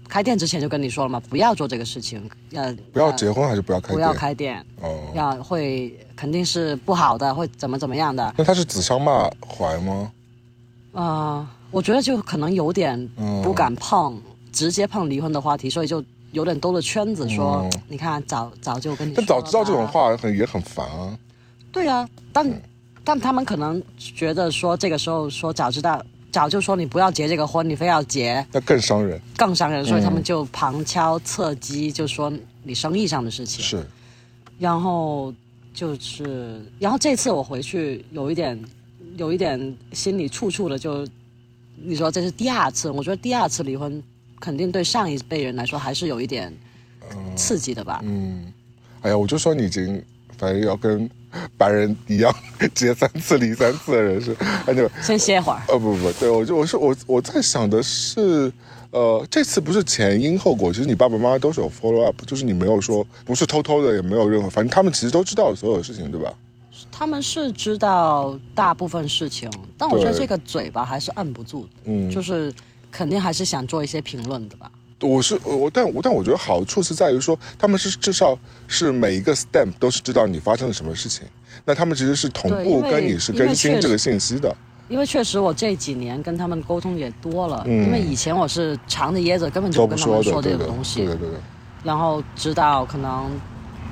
S2: 开店之前就跟你说了嘛，不要做这个事情，呃，
S1: 不要
S2: 呃
S1: 结婚还是不要开店？
S2: 不要开店，
S1: 哦，
S2: 要会肯定是不好的，会怎么怎么样的，
S1: 那他是指桑骂槐吗？嗯
S2: 呃啊、我觉得就可能有点不敢碰、直接碰离婚的话题，所以就有点兜了圈子说，
S1: 嗯
S2: 你看早早就跟你说
S1: 但早知道这种
S2: 了吧
S1: 话很也很烦啊。
S2: 对啊，但、但他们可能觉得说这个时候说早知道早就说你不要结这个婚，你非要结
S1: 那更伤人。
S2: 更伤人，所以他
S1: 嗯
S2: 们就旁敲侧击就说你生意上的事情。
S1: 是，
S2: 然后就是，然后这次我回去有一点有一点心里怵怵的就，你说这是第二次，我觉得第二次离婚肯定对上一辈人来说还是有一点刺激的吧。
S1: 嗯，哎呀，我就说你已经，反正要跟白人一样结三次离三次的人是， [LAUGHS] 哎那个，
S2: 先歇会儿，
S1: 呃不不不，对我就我是我我在想的是，呃，这次不是前因后果，其实你爸爸妈妈都是有 follow up，就是你没有说不是偷偷的，也没有任何，反正他们其实都知道所有事情，对吧？
S2: 他们是知道大部分事情，但我觉得
S1: 对
S2: 这个嘴巴还是按不住的，
S1: 嗯
S2: 就是肯定还是想做一些评论的吧。
S1: 我是呃我，但我但我觉得好处是在于说，他们是至少是每一个 step 都是知道你发生了什么事情，那他们其实是同
S2: 对
S1: 步
S2: 因为
S1: 跟你是
S2: 因为
S1: 更
S2: 确
S1: 新
S2: 实
S1: 这个信息的。
S2: 因为确实我这几年跟他们沟通也多了，
S1: 嗯
S2: 因为以前我是藏着掖着，根本就
S1: 都
S2: 不
S1: 不
S2: 跟他们
S1: 的，
S2: 说
S1: 对
S2: 这个
S1: 的，
S2: 东西。
S1: 对的，对的，
S2: 然后直到可能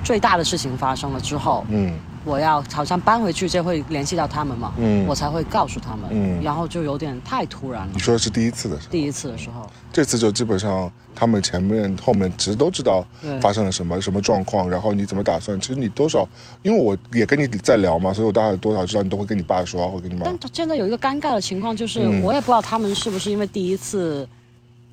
S2: 最大的事情发生了之后，
S1: 嗯
S2: 我要好像搬回去，这会联系到他们嘛，
S1: 嗯
S2: 我才会告诉他们，
S1: 嗯
S2: 然后就有点太突然了
S1: 你。说的是第一次的事，
S2: 第一次的时候，
S1: 这次就基本上他们前面后面其实都知道
S2: 对
S1: 发生了什么什么状况，然后你怎么打算，其实你多少，因为我也跟你在聊嘛，所以我大概多少知道你都会跟你爸说，会跟你妈
S2: 但现在有一个尴尬的情况，就是
S1: 嗯
S2: 我也不知道他们是不是因为第一次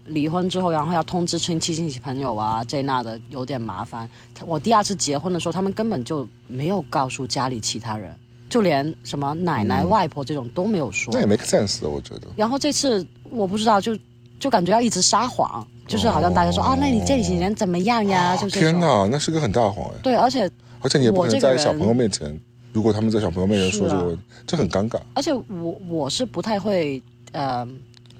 S2: 离婚之后，然后要通知亲戚、亲戚朋友啊这那的，有点麻烦。我第二次结婚的时候，他们根本就没有告诉家里其他人，就连什么奶奶、
S1: 嗯
S2: 外婆这种都没有说。
S1: 那也 make sense 的，我觉得。
S2: 然后这次我不知道，就就感觉要一直撒谎，就是好像大家说、
S1: 哦
S2: 啊，那你这几年怎么样呀？就这种
S1: 天哪，那是个很大的谎哎，
S2: 对，而且
S1: 而且你也不
S2: 我
S1: 可能
S2: 这个
S1: 在
S2: 人
S1: 小朋友面前，如果他们在小朋友面前说
S2: 是
S1: 这
S2: 啊
S1: 个问题，这很尴尬。
S2: 而且我我是不太会，呃，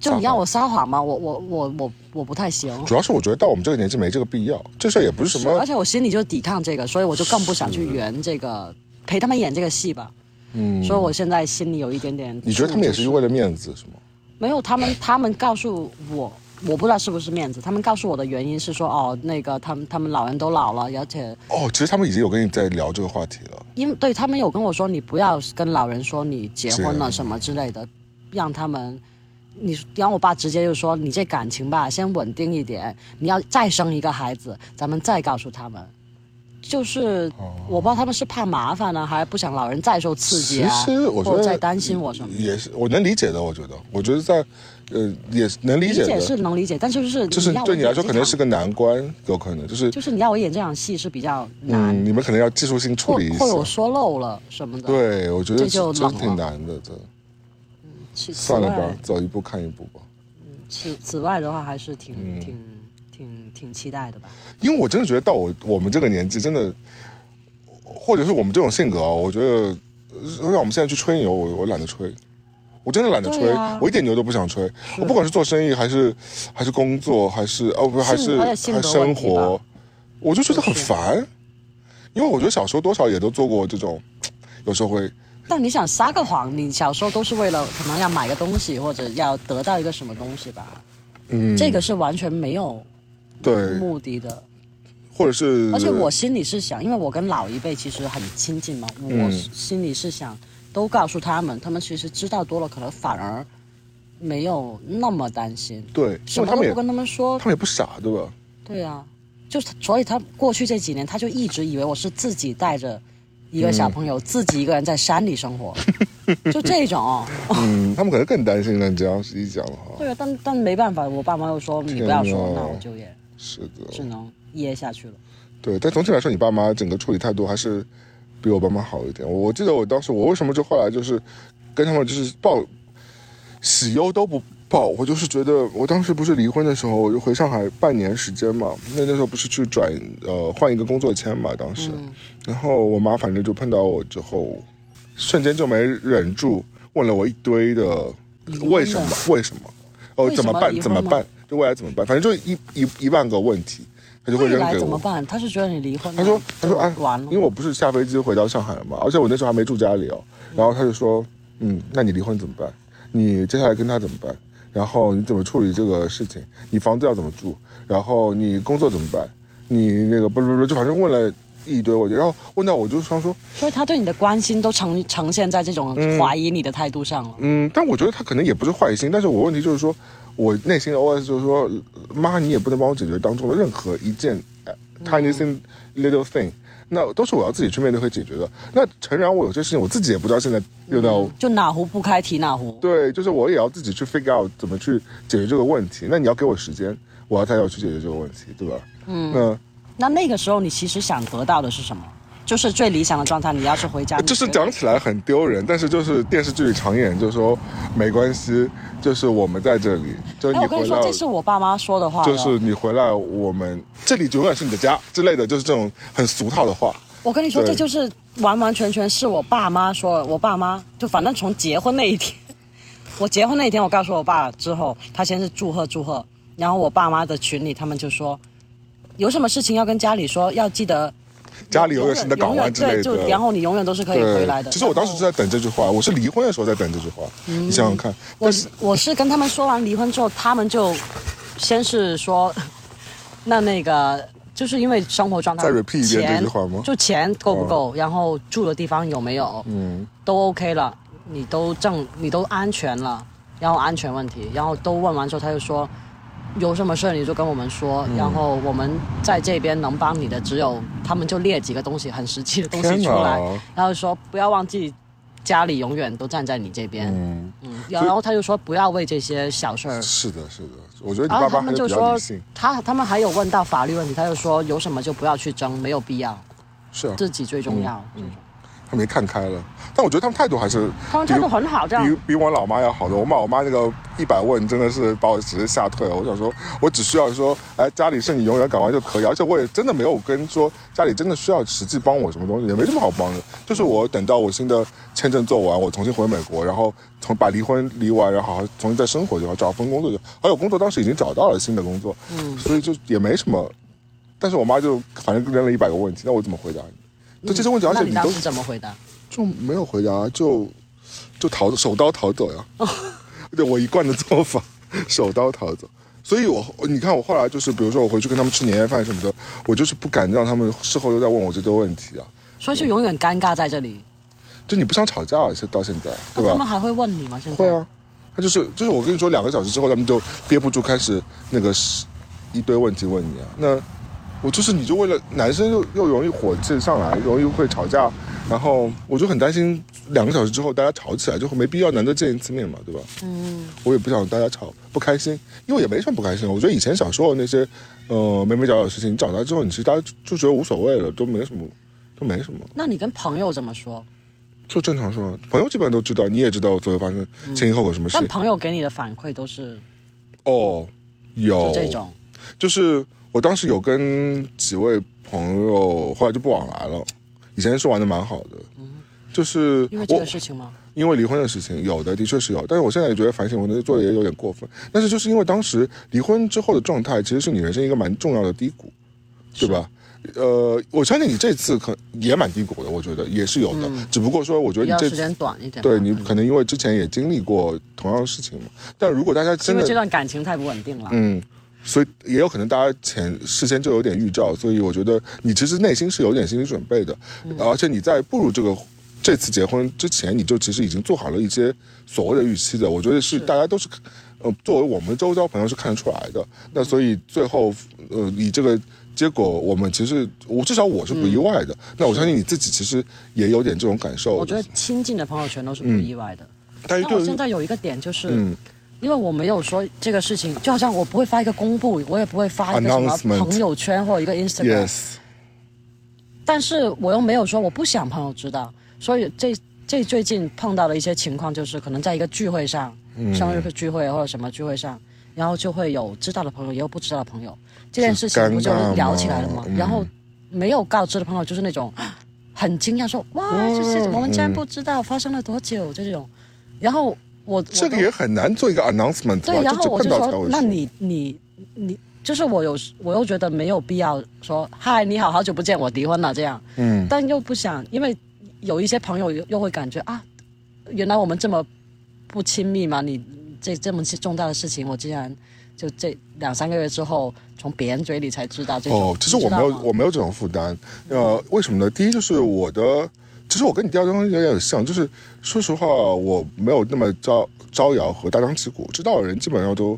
S2: 就
S1: 撒
S2: 你让
S1: 谎
S2: 我撒谎
S1: 嗯
S2: 嘛，我我我我我不太行。
S1: 主要是我觉得到我们这个年纪没这个必要，这事儿也不是什
S2: 是啊而
S1: 么，
S2: 且我心里就抵抗这个，所以我就更不想去圆这个，陪他们演这个戏吧。
S1: 嗯，
S2: 所以我现在心里有一点点。
S1: 你觉得他们也是
S2: 就
S1: 为了面子是吗？
S2: 没有他们，他们告诉我，我不知道是不是面子。他们告诉我的原因是说，哦，那个他们他们老人都老了，而且
S1: 哦，其实他们已经有跟你在聊这个话题了。
S2: 因为对他们有跟我说，你不要跟老人说你结婚了
S1: 是
S2: 什么之类的，让他们。你，然后我爸直接就说：“你这感情吧，先稳定一点，你要再生一个孩子，咱们再告诉他们。”就是
S1: 哦
S2: 我不知道他们是怕麻烦呢、还是不想老人再受刺激啊，
S1: 其实我觉
S2: 或者
S1: 得
S2: 再担心我什么。
S1: 也是我能理解的，我觉得，我觉得在，呃，也是能理
S2: 理
S1: 解
S2: 解
S1: 的，
S2: 是能理解，但就是
S1: 就是
S2: 要我
S1: 对你来
S2: 演
S1: 说
S2: 这
S1: 可能
S2: 场
S1: 是个难关，有可能就是，
S2: 就是你要我演这场戏是比较难，
S1: 嗯，你们可能要技术性处
S2: 或
S1: 理一
S2: 或者我
S1: 下。
S2: 说漏了什么的。，
S1: 对，我觉得
S2: 这就
S1: 真
S2: 冷了
S1: 挺难的，这
S2: 其
S1: 算了
S2: 此外
S1: 吧，走一步看一步吧。
S2: 此此外的话，还是挺、
S1: 嗯
S2: 挺挺挺期待的吧。
S1: 因为我真的觉得到我我们这个年纪，真的，或者是我们这种性格啊，我觉得呃让我们现在去吹牛，我我懒得吹，我真的懒得吹，
S2: 对啊
S1: 我一点牛都不想吹。我不管是做生意还是还是工作，还是哦不还是
S2: 而
S1: 还
S2: 且性格
S1: 是生
S2: 问
S1: 活，我就觉得很烦。因为我觉得小时候多少也都做过这种，有时候会
S2: 但你想撒个谎，你小时候都是为了可能要买个东西，或者要得到一个什么东西吧？
S1: 嗯
S2: 这个是完全没有
S1: 对，
S2: 目的的。
S1: 或者是
S2: 嗯而且我心里是想，因为我跟老一辈其实很亲近嘛，
S1: 嗯
S2: 我心里是想都告诉他们，他们其实知道多了，可能反而没有那么担心。
S1: 对，因
S2: 什
S1: 为
S2: 么
S1: 他
S2: 都
S1: 们也
S2: 不跟他们说
S1: 他，们也不傻，对吧？
S2: 对啊，就是所以他过去这几年，他就一直以为我是自己带着
S1: 嗯
S2: 一个小朋友，自己一个人在山里生
S1: [LAUGHS]
S2: 活，就这种。
S1: 嗯，他们可能更担心了。你这样一讲的话，
S2: 对啊，但但没办法，我爸妈又说你不要说，那我就也
S1: 是的，
S2: 只能噎下去了。
S1: 对，但总体来说，你爸妈整个处理态度还是比我爸妈好一点。我我记得我当时，我为什么就后来就是跟他们就是报喜忧都不报，我就是觉得我当时不是离婚的时候，我就回上海半年时间嘛，那那时候不是去转呃换一个工作签嘛，当时，
S2: 嗯
S1: 然后我妈反正就碰到我之后，瞬间就没忍住问了我一堆的
S2: 婚
S1: 为什么
S2: 的
S1: 为什么哦
S2: 为
S1: 怎么
S2: 什么
S1: 办
S2: 离
S1: 怎么
S2: 婚吗
S1: 办就未来怎么办，反正就一一一万个问题，他就会
S2: 未
S1: 扔
S2: 来
S1: 给
S2: 怎么
S1: 我。
S2: 办？他是觉得你离婚了？
S1: 他说：“他说哎，
S2: 完
S1: 因为
S2: 了。
S1: 我不是下飞机回到上海了嘛，而且我那时候还没住家里哦。然后他就说，嗯，那你离婚怎么办？你接下来跟他怎么办？然后你怎么处理这个事情，你房子要怎么住，然后你工作怎么办，你那个不不不，就反正问了一堆，我就然后问到我就想说，
S2: 所以他对你的关心都呈呈现在这种怀疑你的态度上了。
S1: 嗯，但我觉得他可能也不是坏心，但是我问题就是说，我内心的 OS 就是说，妈，你也不能帮我解决当中的任何一件呃
S2: 嗯
S1: tiny thing little thing，、那都是我要自己去面对和解决的。那诚然，我有些事情我自己也不知道现在又到、
S2: 就哪壶不开提哪壶。
S1: 对，就是我也要自己去 figure out 怎么去解决这个问题。那你要给我时间，我要才要去解决这个问题，对吧？嗯，那。
S2: 那那个时候你其实想得到的是什么？就是最理想的状态。你要是回家，
S1: 就是
S2: 你觉得
S1: 讲起来很丢人，但是就是电视剧里常演，就是说没关系，就是我们在这里，就是
S2: 哎，
S1: 你
S2: 我跟你
S1: 回
S2: 说
S1: 来，
S2: 这是我爸妈说的话了。
S1: 就是你回来，我们这里永远是你的家之类的，就是这种很俗套的话。
S2: 我跟你说，
S1: 对
S2: 这就是完完全全是我爸妈说的。我爸妈就反正从结婚那一天， [LAUGHS] 我结婚那一天，我告诉我爸之后，他先是祝贺祝贺，然后我爸妈的群里他们就说，有什么事情要跟家里说，要记得
S1: 家里永远是你的港湾之类
S2: 对，就然
S1: 的。
S2: 后你永远都是可以回来
S1: 对，
S2: 的。
S1: 其实我当时
S2: 然
S1: 就
S2: 后
S1: 在等这句话，我是离婚的时候在等这句话。
S2: 嗯
S1: 你想想看，
S2: 我是我是跟他们说完离婚之后，他们就先是说，那那个就是因为生活状态，
S1: 再 repeat 一遍
S2: 钱
S1: 这句话吗哦
S2: 就钱够不够，然后住的地方有没有，嗯，都 OK 了，你都正，你都安全了，然后安全问题，然后都问完之后，他就说。有什么事儿你就跟我们说，
S1: 嗯
S2: 然后我们在这边能帮你的只有他们就列几个东西很实际的东西
S1: 天
S2: 出
S1: 哪
S2: 来，然后说不要忘记家里永远都站在你这边，
S1: 嗯，
S2: 嗯，然后他就说不要为这些小事儿。
S1: 是的，是的，我觉得你爸
S2: 然后他
S1: 爸还
S2: 们
S1: 是
S2: 就
S1: 比较
S2: 说
S1: 理性。，
S2: 他他们还有问到法律问题，他就说有什么就不要去争，没有必要，
S1: 是啊，
S2: 自己最重要。
S1: 嗯
S2: 这种
S1: 他没看开了，但我觉得他们态度还是，
S2: 他们态度很好，这样
S1: 比比我老妈要好的。我妈我妈那个一百问真的是把我直接吓退了。我想说，我只需要说，哎，家里是你永远港湾就可以，而且我也真的没有跟说家里真的需要实际帮我什么东西，也没什么好帮的。就是我等到我新的签证做完，我重新回美国，然后从把离婚离完，然后好好重新再生活就好，找份工作就好。还有工作当时已经找到了新的工作，嗯，所以就也没什么。但是我妈就反正扔了一百个问题，那我怎么回答你？就这些问题，而
S2: 嗯那
S1: 且
S2: 你
S1: 你
S2: 当
S1: 都
S2: 时怎么回答？
S1: 就没有回答，就就逃手刀逃走呀。对我一贯的做法， [LAUGHS] 手刀逃走。所以我，你看，我后来就是，比如说我回去跟他们吃年夜饭什么的，我就是不敢让他们事后又再问我这些问题啊。
S2: 所以就永远尴尬在这里。
S1: 就你不想吵架啊，是到现在，对
S2: 那他
S1: 吧？
S2: 们还会问你吗？现在
S1: 会。啊，他就是就是我跟你说，两个小时之后他们就憋不住开始那个是一堆问题问你啊。那我就是你就为了男生又又容易火气上来，容易会吵架，然后我就很担心两个小时之后大家吵起来，就会没必要难得见一次面嘛，对吧？
S2: 嗯，
S1: 我也不想大家吵不开心，因为也没什么不开心的。我觉得以前小时候那些呃眉眉角角的事情，你长大之后你其实大家就就觉得无所谓了，都没什么，都没什么。
S2: 那你跟朋友怎么说？
S1: 就正常说，朋友基本上都知道，你也知道昨天发生前因后果什么事
S2: 但。朋友给你的反馈都是
S1: 哦，有
S2: 就这种，
S1: 就是我当时有跟几位朋友，后来就不往来了。以前是玩的蛮好的，就是
S2: 嗯因为这
S1: 我
S2: 个事情吗？
S1: 因为离婚的事情，有的的确是有，但是我现在也觉得反省我的做的也有点过分。但是就是因为当时离婚之后的状态，其实是你人生一个蛮重要的低谷，对吧？呃，我相信你这次可也蛮低谷的，我觉得也是有的，只不过说我觉得
S2: 嗯比
S1: 你
S2: 较
S1: 这
S2: 时
S1: 次
S2: 间短一点吧。
S1: 对你可能因为之前也经历过同样的事情嘛。但如果大家真
S2: 因
S1: 的
S2: 为这段感情太不稳定了。
S1: 嗯，所以也有可能大家前事先就有点预兆，所以我觉得你其实内心是有点心理准备的，
S2: 嗯
S1: 而且你在步入这个这次结婚之前，你就其实已经做好了一些所谓的预期的。我觉得是大家都是，呃，作为我们周遭朋友是看得出来的。那所以最后，呃，以这个。结果我们其实，我至少我是不意外的。那我相信你自己其实也有点这种感受。
S2: 嗯我觉得，亲近的朋友全都是
S1: 嗯
S2: 不意外的。
S1: 但是
S2: 那我
S1: 哎对
S2: 现
S1: 于
S2: 在有一个点就是，
S1: 嗯
S2: 因为我没有说这个事情，就好像我不会发一个公布，我也不会发一个什么
S1: Announcement
S2: 朋友圈或者一个 Instagram，、
S1: ，yes，
S2: 但是我又没有说我不想朋友知道，所以这这最近碰到的一些情况就是，可能在一个聚会上，
S1: 嗯
S2: 生日聚会或者什么聚会上，然后就会有知道的朋友，也有不知道的朋友，这件事情不就聊起来了吗？
S1: 是尴尬吗
S2: 然后没有告知的朋友就是那种啊很惊讶说哇，就是
S1: 嗯
S2: 我们竟然不知道发生了多久就这种，然后我
S1: 这个也很难做一个 announcement
S2: 对，
S1: 吧
S2: 然，后
S1: 只
S2: 我
S1: 碰
S2: 就
S1: 到才
S2: 说
S1: 会，
S2: 那你你你，就是我有时我又觉得没有必要说嗨，你好，好久不见，我离婚了这样，
S1: 嗯，
S2: 但又不想，因为有一些朋友又又会感觉啊，原来我们这么不亲密嘛，你这这么重大的事情，我竟然就这两三个月之后从别人嘴里才知道这种。
S1: 哦，其实我没有
S2: 你知道吗
S1: 我没有这种负担，呃，为什么呢？第一就是我的，其实我跟你第二张有点像，就是说实话，我没有那么招招摇和大张旗鼓，知道的人基本上都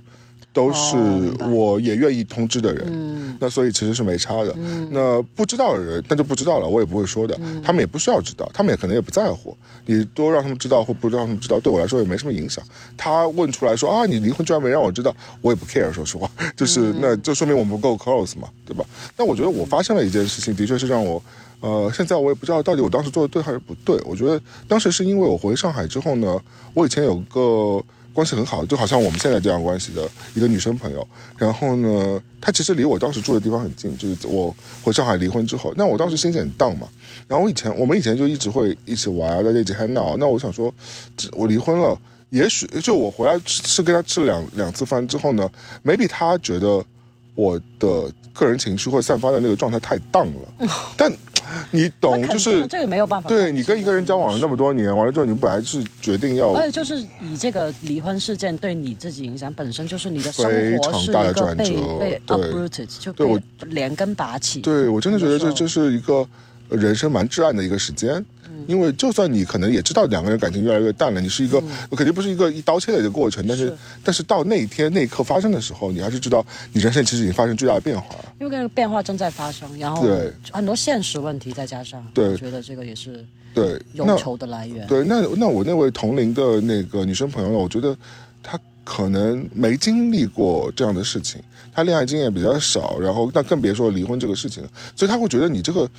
S1: 都是
S2: 哦明白嗯
S1: 我也愿意通知的人，那所以其实是没差的。那不知道的人，那就不知道了，我也不会说的，
S2: 嗯
S1: 他们也不需要知道，他们也可能也不在乎，你多让他们知道或不让他们知道，对我来说也没什么影响。他问出来说啊，你离婚居然没让我知道，我也不 care，说实话， [LAUGHS] 就是、
S2: 嗯
S1: 那就说明我们不够 close 嘛，对吧？那我觉得我发现了一件事情，的确是让我。呃，现在我也不知道到底我当时做的对还是不对。我觉得当时是因为我回上海之后呢，我以前有个关系很好，就好像我们现在这样关系的一个女生朋友。然后呢，她其实离我当时住的地方很近，就是我回上海离婚之后，那我当时心情很荡嘛。然后我以前我们以前就一直会一起玩，啊大家一起 hang out。那我想说，这我离婚了，也许就我回来吃吃跟她吃了两两次饭之后呢，maybe 她觉得我的个人情绪或散发的那个状态太荡了，但。你懂，
S2: 肯
S1: 就是
S2: 这个没有办法控制。
S1: 对你跟一个人交往了那么多年，完了之后你本来是决定要
S2: 而且就是以这个离婚事件对你自己影响本身，就是你的生
S1: 非
S2: 活
S1: 常
S2: 是
S1: 大的
S2: 一个
S1: 转
S2: 被
S1: 折
S2: 被
S1: 对
S2: uprooted，就
S1: 对我
S2: 被连根拔起。
S1: 对我真的觉得这
S2: 有时
S1: 这
S2: 候
S1: 是一个呃人生蛮至暗的一个时间，因为就算你可能也知道两个人感情越来越淡了，你是一个、肯定不是一个一刀切的一个过程，但是
S2: 是
S1: 但是到那一天那一刻发生的时候，你还是知道你人生其实已经发生巨大的变化了。
S2: 因为这个变化正在发生，然后
S1: 对
S2: 很多现实问题再加上，
S1: 对
S2: 我觉得这个也是
S1: 对，那
S2: 忧愁的来源。
S1: 对，那那我那位同龄的那个女生朋友呢，我觉得她可能没经历过这样的事情，她恋爱经验比较少，然后那更别说离婚这个事情了，所以她会觉得你这个，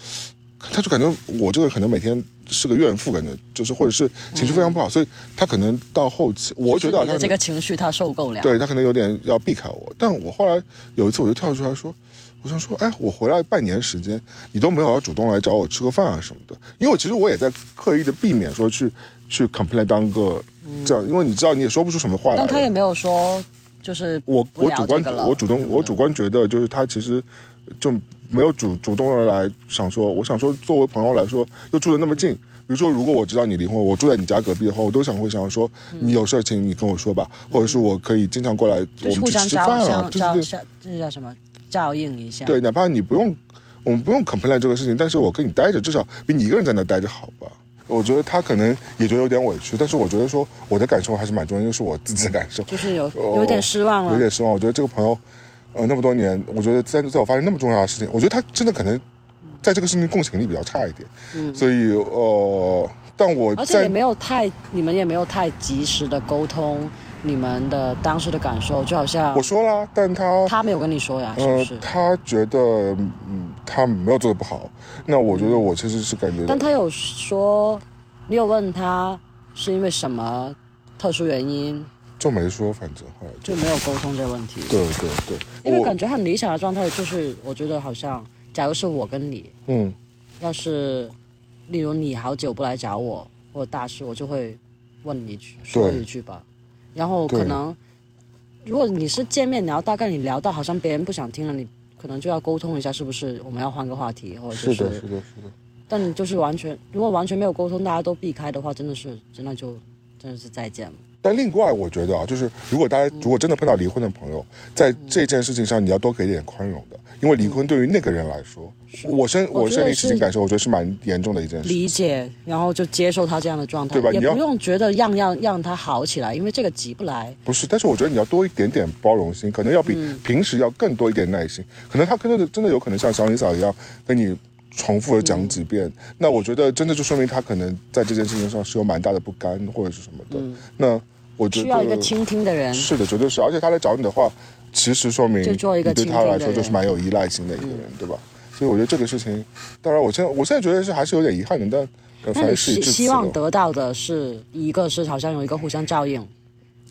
S1: 她就感觉我这个可能每天是个怨妇，感觉就是或者是情绪非常不好，所以她可能到后期，我觉得啊
S2: 你
S1: 她
S2: 的这个情绪他受够了。
S1: 对他可能有点要避开我。但我后来有一次我就跳出来说，我想说，哎，我回来半年时间，你都没有要主动来找我吃个饭啊什么的。因为我其实我也在刻意的避免说去去 complain 当个这样，因为你知道你也说不出什么话来
S2: 但他也
S1: 了。
S2: 没有说就是
S1: 我
S2: 不
S1: 我
S2: 聊
S1: 主
S2: 这
S1: 观
S2: 个了
S1: 我主动我主观觉得就是他其实就没有主主动的来想说，我想说作为朋友来说，又住的那么近。比如说，如果我知道你离婚，我住在你家隔壁的话，我都想会想说，
S2: 嗯
S1: 你有事情你跟我说吧，或者是我可以经常过来，我
S2: 就是
S1: 们
S2: 互
S1: 去
S2: 相
S1: 吃
S2: 照
S1: 饭啊，
S2: 相
S1: 对对
S2: 照
S1: 对。
S2: 相，这叫什么？照应一下。
S1: 对，哪怕你不用，我们不用 complain 这个事情，但是我跟你待着，至少比你一个人在那待着好吧。我觉得他可能也觉得有点委屈，但是我觉得说我的感受还是蛮重要，就是我自己的感受，
S2: 就是有
S1: 哦
S2: 有点失望
S1: 有
S2: 了。
S1: 点失望。我觉得这个朋友，呃，那么多年，我觉得在在我发生那么重要的事情，我觉得他真的可能在这个事情共情力比较差一点，所以呃，但我
S2: 嗯而且也
S1: 在
S2: 没有太，你们也没有太及时的沟通你们的当时的感受，就好像
S1: 我说啦，但他
S2: 他没有跟你说呀，是不
S1: 呃
S2: 是，？
S1: 他觉得嗯，他没有做的不好，那我觉得我其实是感觉到
S2: 嗯但他有说，你有问他是因为什么特殊原因，
S1: 就没说，反正后来就
S2: 就没有沟通这个问题。
S1: 对对对，
S2: 因为
S1: 我
S2: 感觉很理想的状态就是，我觉得好像，假如是我跟你，
S1: 嗯
S2: 要是例如你好久不来找我，或者大事，我就会问你一句，说一句吧。然后
S1: 对
S2: 可能，如果你是见面聊，大概你聊到好像别人不想听了，你可能就要沟通一下，是不是我们要换个话题，或者就是
S1: 的，是的，是的，
S2: 但你就是完全，如果完全没有沟通，大家都避开的话，真的是真的就真的是再见了。
S1: 但另外，我觉得啊，就是如果大家
S2: 嗯
S1: 如果真的碰到离婚的朋友，在这件事情上，你要多给点宽容的，因为离婚对于那个人来说，我身
S2: 嗯我
S1: 我
S2: 觉得
S1: 身临其境
S2: 是
S1: 感受，我觉得是蛮严重的一件事。
S2: 理解，然后就接受他这样的状态，
S1: 对吧
S2: 也
S1: 你要
S2: 不用觉得样样让他好起来，因为这个急不来。
S1: 不是，但是我觉得你要多一点点包容心，可能要比
S2: 嗯
S1: 平时要更多一点耐心。可能他真的真的有可能像小李嫂一样跟你重复的讲
S2: 嗯
S1: 几遍，那我觉得真的就说明他可能在这件事情上是有蛮大的不甘或者是什么的。那我觉得
S2: 嗯需要一个倾听的人，
S1: 是的，绝对是。而且他来找你的话，其实说明
S2: 就做一个
S1: 你对
S2: 倾
S1: 他
S2: 听
S1: 来
S2: 的
S1: 说就是
S2: 人嗯
S1: 蛮有依赖性的一个人，对吧？所以我觉得这个事情，当然我现在我现在觉得是还是有点遗憾的，但呃反
S2: 那
S1: 正
S2: 你
S1: 事已
S2: 希
S1: 至
S2: 希
S1: 此
S2: 望
S1: 了。
S2: 得到的是一个是好像有一个互相照应，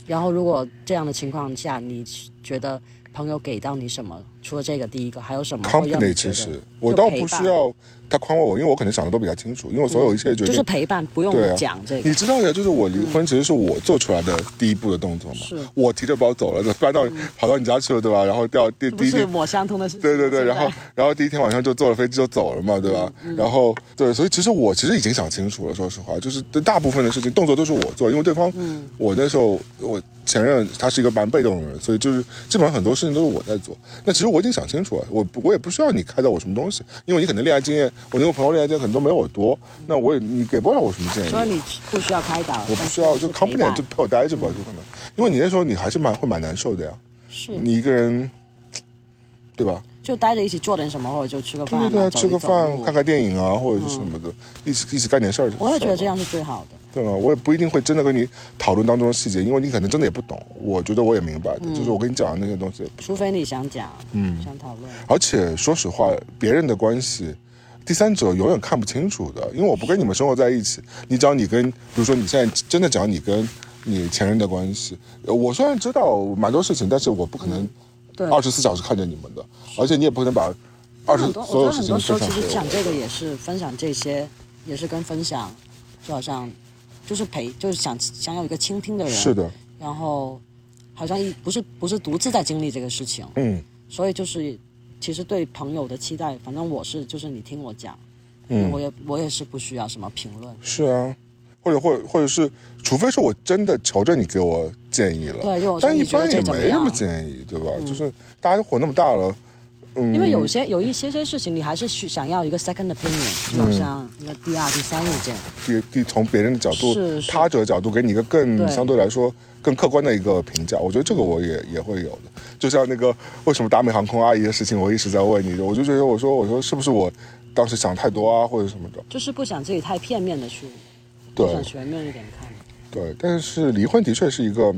S2: 然后如果这样的情况下，你觉得朋友给到你什么？除了这个第一个，还有什么会让
S1: company
S2: 你觉
S1: 其
S2: 得
S1: 实我
S2: 就
S1: 倒
S2: 陪
S1: 不需
S2: 伴
S1: 要他宽慰我，因为我可能想的都比较清楚，因为我所有一切决
S2: 就
S1: 定
S2: 是陪伴，不
S1: 对啊
S2: 用讲这个
S1: 你。知道的，就是我离婚其实是我做出来的第一步的动作嘛。
S2: 是嗯
S1: 我提着包走了，搬到、跑到你家去了，对吧？然后掉第
S2: 不
S1: 第一
S2: 是
S1: 天，
S2: 抹相同的事。
S1: 对对对，
S2: 现在嗯
S1: 然后然后第一天晚上就坐了飞机就走了嘛，对吧？然后对，所以其实我其实已经
S2: 嗯
S1: 想清楚了，说实话，就是对大部分的事情动作都是我做，因为对方，我那时候我前任他是一个蛮被动的人，所以就是基本上很多事情都是我在做。那其实我已经想清楚了，我不我也不需要你开导我什么东西，因为你可能恋爱经验，我那个朋友恋爱经验可能都没有我多，那我也你给不了我什么建议。
S2: 所以你不需要开导，
S1: 我不需要，
S2: 但是
S1: 就
S2: 陪伴
S1: confident 就陪我待着吧，就可能，因为你那时候你还是蛮会蛮难受的呀，
S2: 是
S1: 你一个人，对吧？
S2: 就待着一起做点什么，或者就吃个饭
S1: 对
S2: 啊，
S1: 对对啊，
S2: 走一
S1: 吃个
S2: 走
S1: 饭、
S2: 路嗯
S1: 看看电影啊，或者是什么的，一起一起干点事儿。
S2: 我也觉得这，样是最好的。
S1: 对吧？我也不一定会真的跟你讨论当中的细节，因为你可能真的也不懂。我觉得我也明白的，
S2: 嗯
S1: 就是我跟你讲的那些东西也不
S2: 除非你想讲，嗯，想讨论，
S1: 而且说实话，别人的关系，第三者永远看不清楚的，因为我不跟你们生活在一起。你讲你跟，比如说你现在真的讲你跟你前任的关系，呃我虽然知道蛮多事情，但是我不可能
S3: 对
S1: 二十四小时看着你们的，而且你也不可能把二十
S2: 很多，
S1: 所
S2: 我觉
S1: 有
S2: 得
S1: 事
S2: 很
S1: 情都
S2: 多时
S1: 分享
S2: 候其实
S1: 给
S2: 讲
S1: 我。
S2: 这个也是分享这些，也是跟分享，就好像就是陪，就是想想有一个倾听的人，
S1: 是，的，
S2: 然后好像一不是不是独自在经历这个事情，
S1: 嗯
S2: 所以就是其实对朋友的期待，反正我是就是你听我讲，我
S1: 嗯，
S2: 也我也是不需要什么评论，
S1: 是啊，或者或者或者是，除非是我真的求着你给我建议了，
S2: 对，就我说
S1: 但一
S2: 你觉得
S1: 般也
S2: 这怎么
S1: 没什
S2: 样嗯
S1: 么？建议，对吧？就是大家都活那么大了，嗯，
S2: 因为有些有一些些事情，你还是需想要一个 second opinion，就好
S1: 嗯
S2: 像一个第二、第三意见。
S1: 别地从别人的角度、
S2: 是是
S1: 他者角度给你一个更
S2: 对
S1: 相对来说更客观的一个评价。我觉得这个我也也会有的。就像那个为什么达美航空阿姨的事情，我一直在问你，我就觉得我说我说是不是我当时想太多啊，或者什么的。
S2: 就是不想自己太片面的去，
S1: 对
S2: 想全面一点看。
S1: 对，但是离婚的确是一个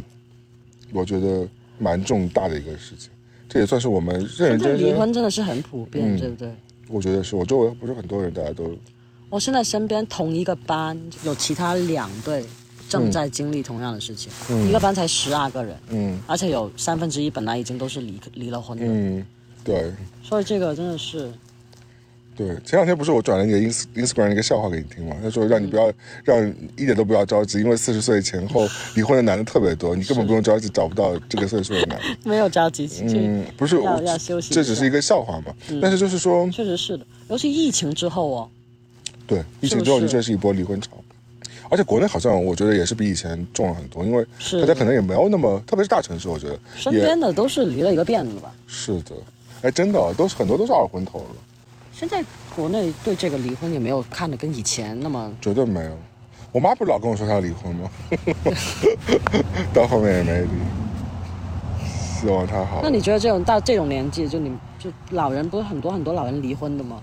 S1: 我觉得蛮重大的一个事情，这也算是我们认认
S2: 但
S1: 真真
S2: 离婚真的是很普遍，
S1: 嗯
S2: 对不对？
S1: 我觉得是我周围不是很多人，大家都
S2: 我现在身边同一个班有其他两对正在经历同样的事情，一个班才十二个人，
S1: 嗯
S2: 而且有三分之一本来已经都是离离了婚的，
S1: 嗯对。
S2: 所以这个真的是 [LAUGHS]
S1: 对，前两天不是我转了你的 ins Instagram 的一个笑话给你听吗？他说让你不
S2: 嗯
S1: 要，让一点都不要着急，因为四十岁前
S2: [LAUGHS]
S1: 后离婚的男的特别多，你根本不用着急找不到这个岁数的男的。
S2: 没有着急去。
S1: 嗯，不是，
S2: 要
S1: 我
S2: 要休息一
S1: 这只是
S2: 下嗯
S1: 一个笑话嘛。但是就是说，
S2: 确实是的，尤其疫情之后哦，
S1: 对，疫
S2: 是
S1: 情
S2: 不
S1: 之后的
S2: 是
S1: 确是一波离婚潮，而且国内好像我觉得也是比以前重了很多，因为
S2: 是
S1: 大家可能也没有那么，特别是大城市，我觉得
S2: 身
S1: 也
S2: 边的都是离了一个遍的吧。
S1: 是的。哎，真的，都是很多都是二婚头了，
S2: 现在国内对这个离婚也没有看得跟以前那么
S1: 绝对没有。我妈不是老跟我说她要离婚吗？ [LAUGHS] 到后面也没离。希望她好。
S2: 那你觉得这种到这种年纪，就你就老人不是很多很多老人离婚的吗？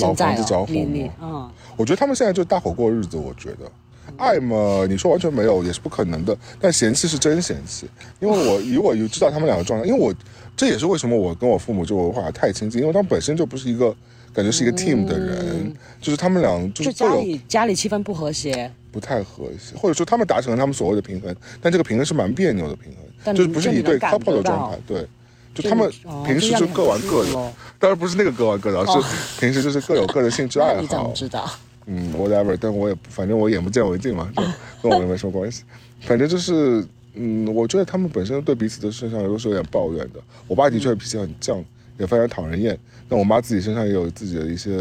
S1: 老
S2: 现在
S1: 房子着
S2: 哦
S1: 火，
S2: 你
S1: 吗
S2: 你嗯，
S1: 我觉得他们现在就大伙过日子，我觉得。爱嘛，你说完全没有也是不可能的，但嫌弃是真嫌弃，因为我以我知道他们两个状态，因为我这也是为什么我跟我父母就文化太亲近，因为他们本身就不是一个感觉是一
S2: 嗯
S1: 个 team 的人，就是他们俩就
S2: 就是家
S1: 各有
S2: 里家里气氛不和谐，
S1: 不太和谐，或者说他们达成了他们所谓的平衡，但这个平衡是蛮别扭的平衡，
S2: 但
S1: 就是不是
S2: 这
S1: 以
S2: 你
S1: 对
S2: 能感
S1: couple 的
S2: 觉到
S1: 状态，对，就
S2: 就
S1: 他们
S2: 你哦
S1: 平时
S2: 这样
S1: 就
S2: 你很
S1: 各玩各的
S2: 幸福哦，
S1: 当然不是那个各玩各的，而是平时就是各有各的兴趣爱
S2: 哦那你怎么
S1: 好。
S2: 知道？
S1: 嗯，whatever，但我也不反正我眼不见为净嘛，就
S2: [LAUGHS]
S1: 跟我也没什么关系。反正就是，嗯，我觉得他们本身对彼此的身上都是有点抱怨的。我爸的
S2: 嗯
S1: 确脾气很犟，也非常讨人厌。那我妈自己身上也有自己的一些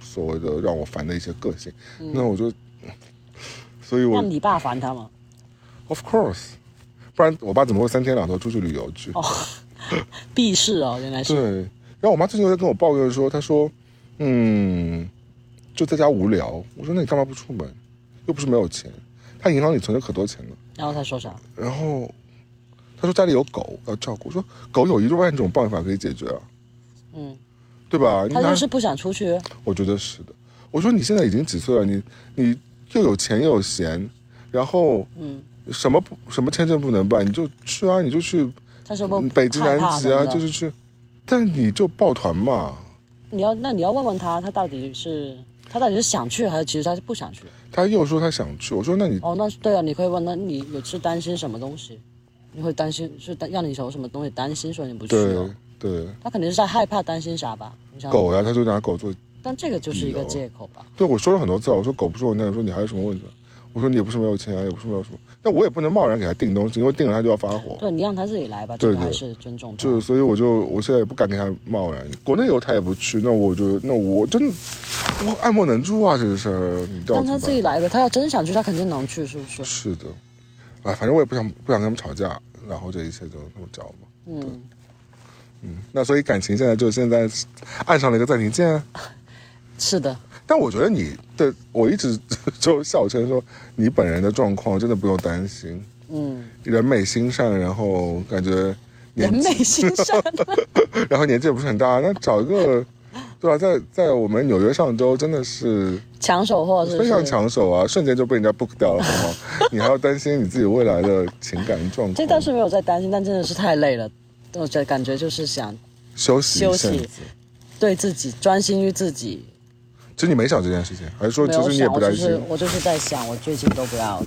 S1: 所谓的让我烦的一些个性。那我就，所以
S2: 嗯那
S1: 我
S2: 你爸烦他吗？
S1: of course，不然我爸怎么会三天两头出去旅游去？
S2: 必是哦，原来是
S1: 对，然后我妈最近又在跟我抱怨说，她说，嗯，就在家无聊。我说那你干嘛不出门？又不是没有钱，她银行里存着可多钱呢。
S2: 然后他说啥？
S1: 然后她说家里有狗要照顾，我说狗有一万种办法可以解决啊，
S2: 嗯，
S1: 对吧？你
S2: 他
S1: 拿
S2: 就是不想出去，
S1: 我觉得是的。我说你现在已经几岁了？你你又有钱又有闲，然后
S2: 嗯，
S1: 什么不什么签证不能办，你就去啊，你就去
S2: 他说不
S1: 嗯北极、
S2: 害
S1: 南
S2: 怕
S1: 极
S2: 什么
S1: 啊，
S2: 的
S1: 就是去，但你就抱团嘛。
S2: 你要那你要问问他，他到底是他到底是想去还是其实他是不想去？
S1: 他又说他想去，我说那你
S2: 哦，那对啊，你可以问，那你有是担心什么东西？你会担心是担让你有什么东西担心，所以你不去
S1: 对
S2: 哦？
S1: 对
S2: 他肯定是在害怕担心啥吧？你想
S1: 狗呀、他就拿狗做。
S2: 但这个就是一个借口吧？
S1: 对我说了很多次，我说狗不是我那，我说你还有什么问题？啊我说你也不是没有钱啊，也不是没有什么，但我也不能贸然给他定东西，因为定了他就要发火。
S2: 对你让他自己来吧，
S1: 对
S2: 这个还
S1: 对
S2: 是尊重他。
S1: 就是，所以我就我现在也不敢跟他贸然。国内游他也不去，那我就那我真的我爱莫能助啊，这个事儿，你到
S2: 让
S1: 底
S2: 他自己来吧，他要真想去，他肯定能去，是不是？
S1: 是的，哎，反正我也不想不想跟他们吵架，然后这一切就这么着吧。
S2: 嗯，
S1: 嗯，那所以感情现在就现在按上了一个暂停键。啊
S2: 是的，
S1: 但我觉得你的，我一直 [LAUGHS] 就笑称说，你本人的状况真的不用担心，
S2: 嗯，
S1: 人美心善，然后感觉 [LAUGHS] 年
S2: 人
S1: 纪，
S2: 美
S1: [LAUGHS]
S2: 心善，
S1: 然后年纪也不是很大，那找一个，对吧、在在我们纽约上周真的是
S2: 抢手货是不
S1: 非常
S2: 是？
S1: 抢手啊，瞬间就被人家 book 掉了，好吗？ [LAUGHS] 你还要担心你自己未来的情感状况？
S2: 这倒是没有在担心，但真的是太累了。我觉得感觉就是想
S1: 休息一
S2: 休
S1: 阵
S2: 息
S1: 子。，
S2: 对自己专心于自己。
S1: 其实你没想这件事情，还是说
S2: 没
S1: 其
S2: 有
S1: 实你也
S2: 想，
S1: 不
S2: 我
S1: 担
S2: 就
S1: 心
S2: 是？我就是在想，我最近都不要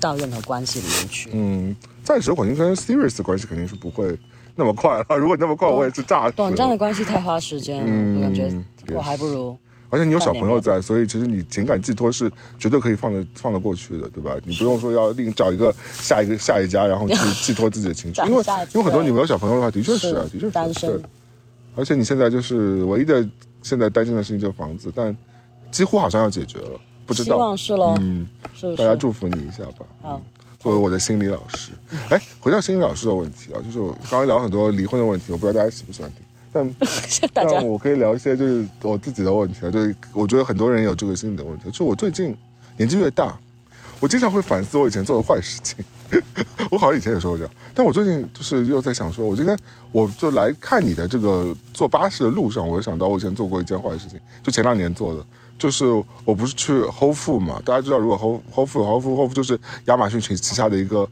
S2: 到任何关系里面去。
S1: 嗯，暂时我觉得跟 serious 的关系肯定是不会那么快了。如果那么快，我也是炸死
S2: 短暂的
S1: 了。
S2: 关系太花时间了，
S1: 嗯
S2: 我感觉
S1: 也
S2: 我还不如
S1: 而且你有小朋友在，所以其实你情感寄托是绝对可以放得放得过去的，对吧？你不用说要另找一个下一个下一家，然
S2: [LAUGHS]
S1: 后去寄托自己的情绪，
S2: 找
S1: 因为
S2: 下一家
S1: 因为很多你没有小朋友的话，的确是啊，的
S2: 是
S1: 确是
S2: 单身
S1: 对而且你现在就是唯一的现在担心的事情就是房子，但几乎好像要解决了，不知
S2: 希
S1: 道
S2: 望。是喽，
S1: 嗯，
S2: 是不
S1: 大家
S2: 是？
S1: 祝福你一下吧。嗯
S2: 好，
S1: 作为我的心理老师。哎，回到心理老师的问题啊，就是我刚才聊很多离婚的问题，我不知道大家喜不喜欢听，但
S2: [LAUGHS] 大家
S1: 但我可以聊一些就是我自己的问题啊，就是我觉得很多人有这个心理的问题，就是我最近年纪越大，我经常会反思我以前做的坏事情。我好像以前也说过这样，但我最近就是又在想说，我今天我就来看你的这个坐巴士的路上，我就想到我以前做过一件坏事情，就前两年做的，就是我不是去 Whole Food 嘛，大家知道，如果 Whole Whole Food Whole Food Whole Food 就是亚马逊旗旗下的一个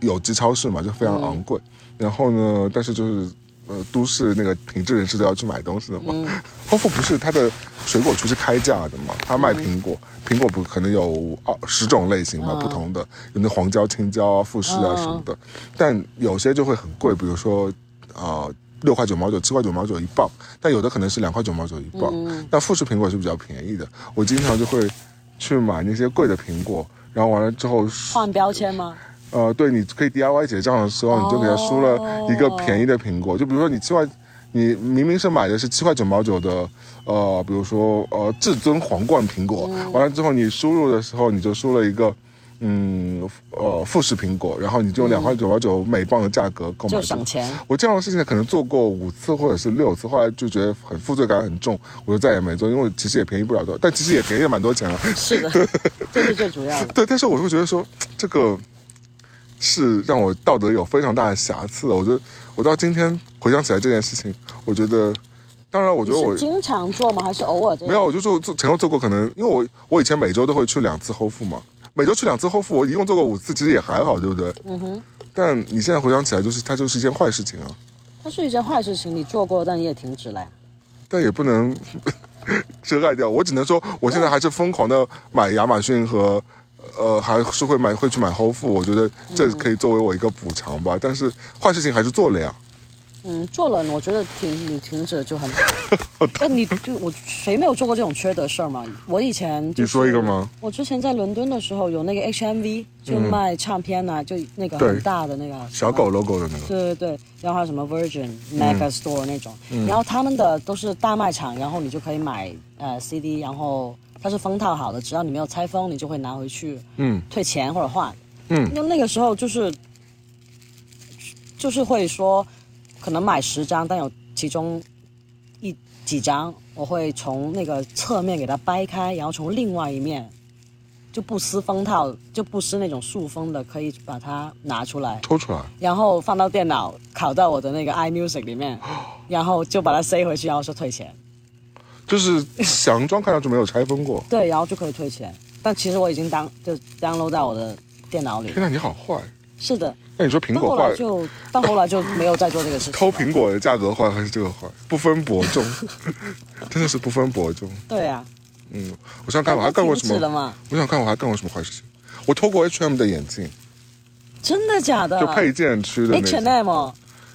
S1: 有机超市嘛，就非常昂贵。然后呢，但是就是呃，都市那个品质人士都要去买东西的嘛。Whole Food 不是它的水果区是开价的嘛，它卖苹果，苹果不可能有二十种类型嘛，不同的有那黄椒、青椒啊、富士啊什么的，但有些就会很贵，比如说啊。六块九毛九、七块九毛九一磅，但有的可能是两块九毛九一磅。但富士苹果是比较便宜的，我经常就会去买那些贵的苹果，然后完了之后
S2: 换标签吗？
S1: 呃，对，你可以 DIY 结账的时候，你就给他输了一个便宜的苹果。就比如说你七块，你明明是买的是七块九毛九的，呃，比如说呃至尊皇冠苹果，完了之后你输入的时候你就输了一个。嗯，呃，富士苹果，然后你就用两块九毛九每磅的价格购买这
S2: 就
S1: 个，
S2: 省钱，
S1: [LAUGHS] 我这样的事情可能做过五次或者是六次，后来就觉得很负罪感很重，我就再也没做，因为其实也便宜不了多少，但其实也便宜了蛮多钱了。
S2: 是的，这是最主要的。
S1: 对，但是我会觉得说，这个是让我道德有非常大的瑕疵的。啊我觉得我到今天回想起来这件事情，我觉得，当然，我觉得我
S2: 是经常做吗？还是偶尔这
S1: 没
S2: 样？
S1: 有，我就做做前后做过，可能因为我我以前每周都会去两次后付嘛，每周去两次后付，我一共做过五次，其实也还好，对不对？嗯哼。但你现在回想起来，就是它就是一件坏事情啊，
S2: 它是一件坏事情，你做过，但你也停止了呀。
S1: 但也不能 [LAUGHS] 遮盖掉。我只能说，我现在还是疯狂的买亚马逊和呃，还是会买会去买 Whole Food，我觉得这可以作为我一个补偿吧。但是坏事情还是做了呀。
S2: 嗯，做了，我觉得停你停止
S1: [LAUGHS]
S2: 了就很好。但你就我谁没有做过这种缺德事儿嘛？我以前、就是、
S1: 你说一个吗？
S2: 我之前在伦敦的时候有那个 HMV，就卖唱片呐、就那
S1: 嗯
S2: 个
S1: 对
S2: 很大的那个
S1: 小狗 logo 的那个，
S2: 对对对，然后还有什么 Virgin、Mega Store 那种，然后他们的都是大卖场，然后你就可以买呃 CD，然后它是封套好的，只要你没有拆封，你就会拿回去
S1: 嗯
S2: 退钱或者换。
S1: 嗯，
S2: 那那个时候就是就是会说，可能买十张，但有其中一几张我会从那个侧面给它掰开，然后从另外一面。就不撕封套，就不撕那种塑封的，可以把它拿出来，
S1: 抽出来。
S2: 然后放到电脑，拷到我的那个 iMusic
S1: [GASPS]
S2: 里面，然后就把它塞回去，然后说退钱。
S1: 就是强装看上去没有拆封过。
S2: 对，然后就可以退钱。但其实我已经当就 download 到我的电脑里
S1: 天。哪，你好坏！
S2: 是的，
S1: 那你说苹
S2: 到
S1: 果
S2: 后来
S1: 坏，
S2: 就到后来就没有再做这个
S1: [LAUGHS]
S2: 事情。
S1: 偷苹果的价格坏还是这个坏？不分伯
S2: [LAUGHS]
S1: 仲，真的是不分伯仲。
S2: 对啊，
S1: 嗯，我想看我还干过什
S2: 都停止了
S1: 么？
S2: 嘛？
S1: 我想看我还干过什么坏事情。我偷过 H&M 的眼镜，
S2: 真的假的
S1: 就配件区的那种。
S2: ？H&M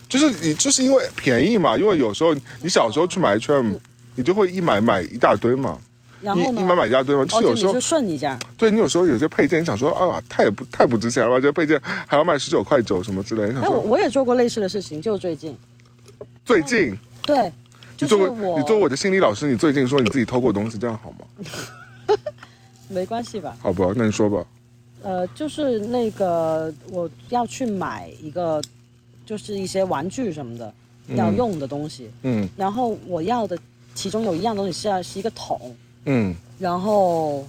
S1: 就是你就是因为便宜嘛，因为有时候你小时候去买 H&M，你就会一买买一大堆嘛，
S2: 嗯然
S1: 一
S2: 后
S1: 一
S2: 呢？
S1: 买买一大堆嘛，就是
S2: 哦，就
S1: 有
S2: 你
S1: 时候、
S2: 就顺一下，
S1: 对你有时候有些配件，你想说啊，太不太不值钱了吧，这配件还要卖十九块九什么之类的，你想
S2: 哎，我
S1: 说
S2: 我也做过类似的事情，就最近，
S1: 最近。
S2: 对，
S1: 你
S2: 就是
S1: 作为
S2: 我，
S1: 你作为我的心理老师，你最近说你自己偷过东西，这样好吗？
S2: 没关系吧？
S1: 好吧，那你说吧。
S2: 呃，就是那个我要去买一个，就是一些玩具什么的要
S1: 嗯
S2: 用的东西，
S1: 嗯
S2: 然后我要的其中有一样东西是要是一个桶，
S1: 嗯，
S2: 然后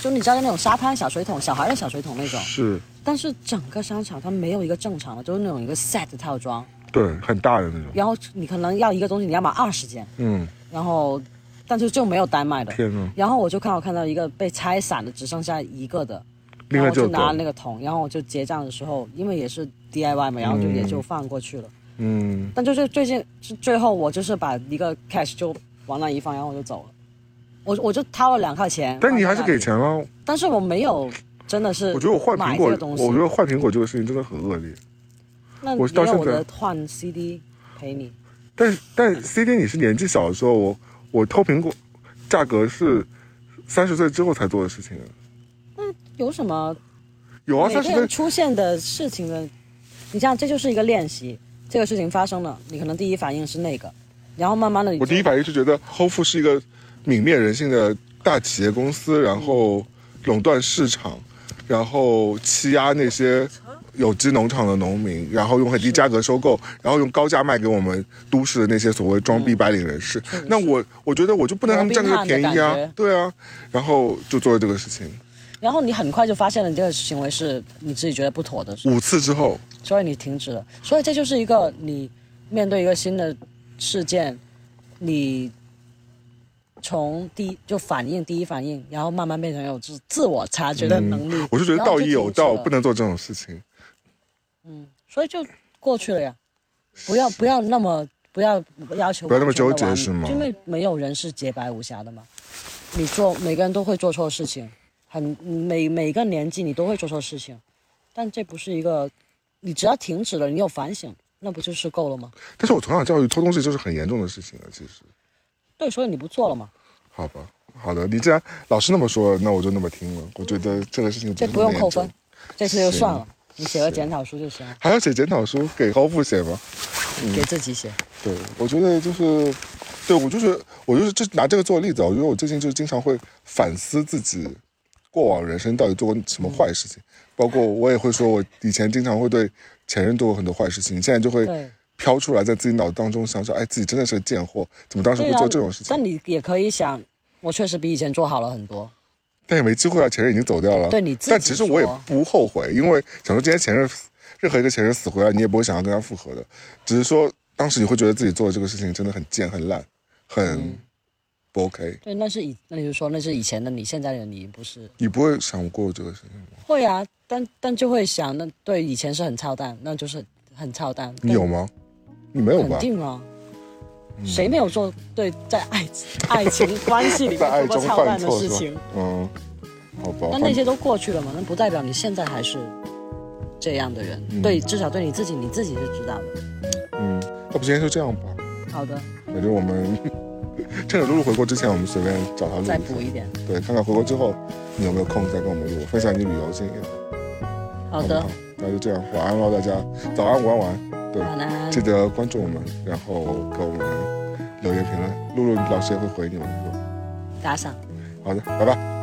S2: 就你知道那种沙滩小水桶，小孩的小水桶那种，
S1: 是，
S2: 但是整个商场它没有一个正常的，就是那种一个 set 套装，
S1: 对，很大的那种。
S2: 然后你可能要一个东西，你要买二十件，
S1: 嗯，
S2: 然后但是就没有单卖的。
S1: 天呐，
S2: 然后我就刚好看到一个被拆散的，只剩下一个的，
S1: 另
S2: 然
S1: 外
S2: 后我
S1: 就有
S2: 就
S1: 狗
S2: 拿那个桶，然后我就结账的时候，因为也是 DIY 嘛，然后就也就放过去了。
S1: 嗯，
S2: 但就是最近是最后我就是把一个 cash 就往那一放，然后我就走了，我我就掏了两块钱。
S1: 但你还是
S2: 放在那
S1: 给
S2: 里，
S1: 钱了。
S2: 但是我没有真的是
S1: 我觉得我换苹
S2: 呃买这
S1: 果
S2: 个，东西，
S1: 我觉得换苹果这个事情真的很恶劣。
S2: 那
S1: 我到
S2: 也有我
S1: 现在
S2: 的换 CD 陪你，
S1: 但但 CD 你是年纪小的时候，我我偷苹果，价格是三十岁之后才做的事情。啊
S2: 有什么
S1: 有啊，
S2: 每
S1: 三
S2: 个
S1: 十
S2: 人
S1: 岁，
S2: 出现的事情的，你像这就是一个练习，这个事情发生了，你可能第一反应是那个，然后慢慢的你
S1: 我
S2: 就
S1: 第一反应是觉得 Whole Foods 是一个泯灭人性的大企业公司，然后垄断市场，然后欺压那些有机农场的农民，然后用很低价格收购，然后用高价卖给我们都市的那些所谓装
S2: 嗯
S1: 逼白领人士。那我我觉得我就不能让他们占这个
S2: 罗宾
S1: 便
S2: 汉
S1: 宜
S2: 的
S1: 啊
S2: 感觉，
S1: 对啊，然后就做了这个事情。
S2: 然后你很快就发现了你这个行为是你自己觉得不妥的，
S1: 五次之后，
S2: 所以你停止了。所以这就是一个你面对一个新的事件，你从第一就反应第一反应，然后慢慢变成有自自我察觉的能力。
S1: 嗯我是觉得
S2: 然后
S1: 道
S2: 就
S1: 义有
S2: 停止
S1: 道，
S2: 了
S1: 不能做这种事情。
S2: 所以就过去了呀。不要不要那么不要要求
S1: 不要那么
S2: 完全
S1: 纠
S2: 的
S1: 结
S2: 完
S1: 是吗
S2: 因为没有人是洁白无瑕的嘛。你做每个人都会做错事情，很每每个年纪你都会做错事情，但这不是一个，你只要停止了，你有反省，那不就是够了吗？
S1: 但是我从小教育偷东西就是很严重的事情了，啊其实。
S2: 对，所以你不做了嘛，
S1: 好吧，好的，你既然老师那么说，那我就那么听了。我觉得这个事情
S2: 这
S1: 是
S2: 不用
S1: 那么
S2: 扣
S1: 严重
S2: 分，，这次就算了
S1: 行。
S2: 你写个检讨书就行了，
S1: 还要写检讨书给高富写吗？嗯
S2: 给自己写。
S1: 对，我觉得就是，对我就是我就是这拿这个做例子啊，我觉得我最近就是经常会反思自己过往人生到底做过什么坏事情，包括我也会说，我以前经常会对前任做过很多坏事情，现在就会
S2: 对
S1: 飘出来，在自己脑子当中想想，哎，自己真的是个贱货，怎么当时会
S2: 对啊
S1: 做这种事，情？
S2: 但你也可以想，我确实比以前做好了很多。
S1: 但也没机会啊，前任已经走掉了。
S2: 对你自己
S1: 但其实我也
S2: 说
S1: 不后悔，因为想说今天前任，任何一个前任死回来，你也不会想要跟他复合的。只是说当时你会觉得自己做的这个事情真的很贱、很烂、很不 OK，
S2: 对，那是以那你就说那是以前的你，现在的你不是。
S1: 你不会想过这个事情吗？
S2: 会啊，但但就会想，那对以前是很操蛋，那就是很操蛋。
S1: 你有吗？你没有
S2: 肯
S1: 吧？嗯
S2: 定啊，谁没有做对在爱爱
S1: [LAUGHS]
S2: 情关系里
S1: 在爱
S2: 面做
S1: 中
S2: 过操
S1: 犯
S2: 蛋的
S1: 错
S2: 事
S1: 是
S2: 情
S1: 吧？？嗯，好吧。
S2: 但
S1: 反
S2: 那些都过去了嘛，那不代表你现在还是这样的人。对，至少对你自己，你自己是知道的。
S1: 嗯，要不今天就这样吧。
S2: 好的，
S1: 反正我们 [LAUGHS] 趁着露露回国之前，我们随便找她录一
S2: 再
S1: 下，
S2: 补一点。
S1: 对，看看回国之后你有没有空再跟我们录，分享你旅游经验。
S2: 好
S1: 好不
S2: 的
S1: 好，？那就这样，晚安喽，大家，早安，晚安，晚安。对，
S2: 晚安
S1: 记。得关注我们，然后给我们留言评论，露露老师也会回你们的。
S2: 打赏。
S1: 好的，拜拜。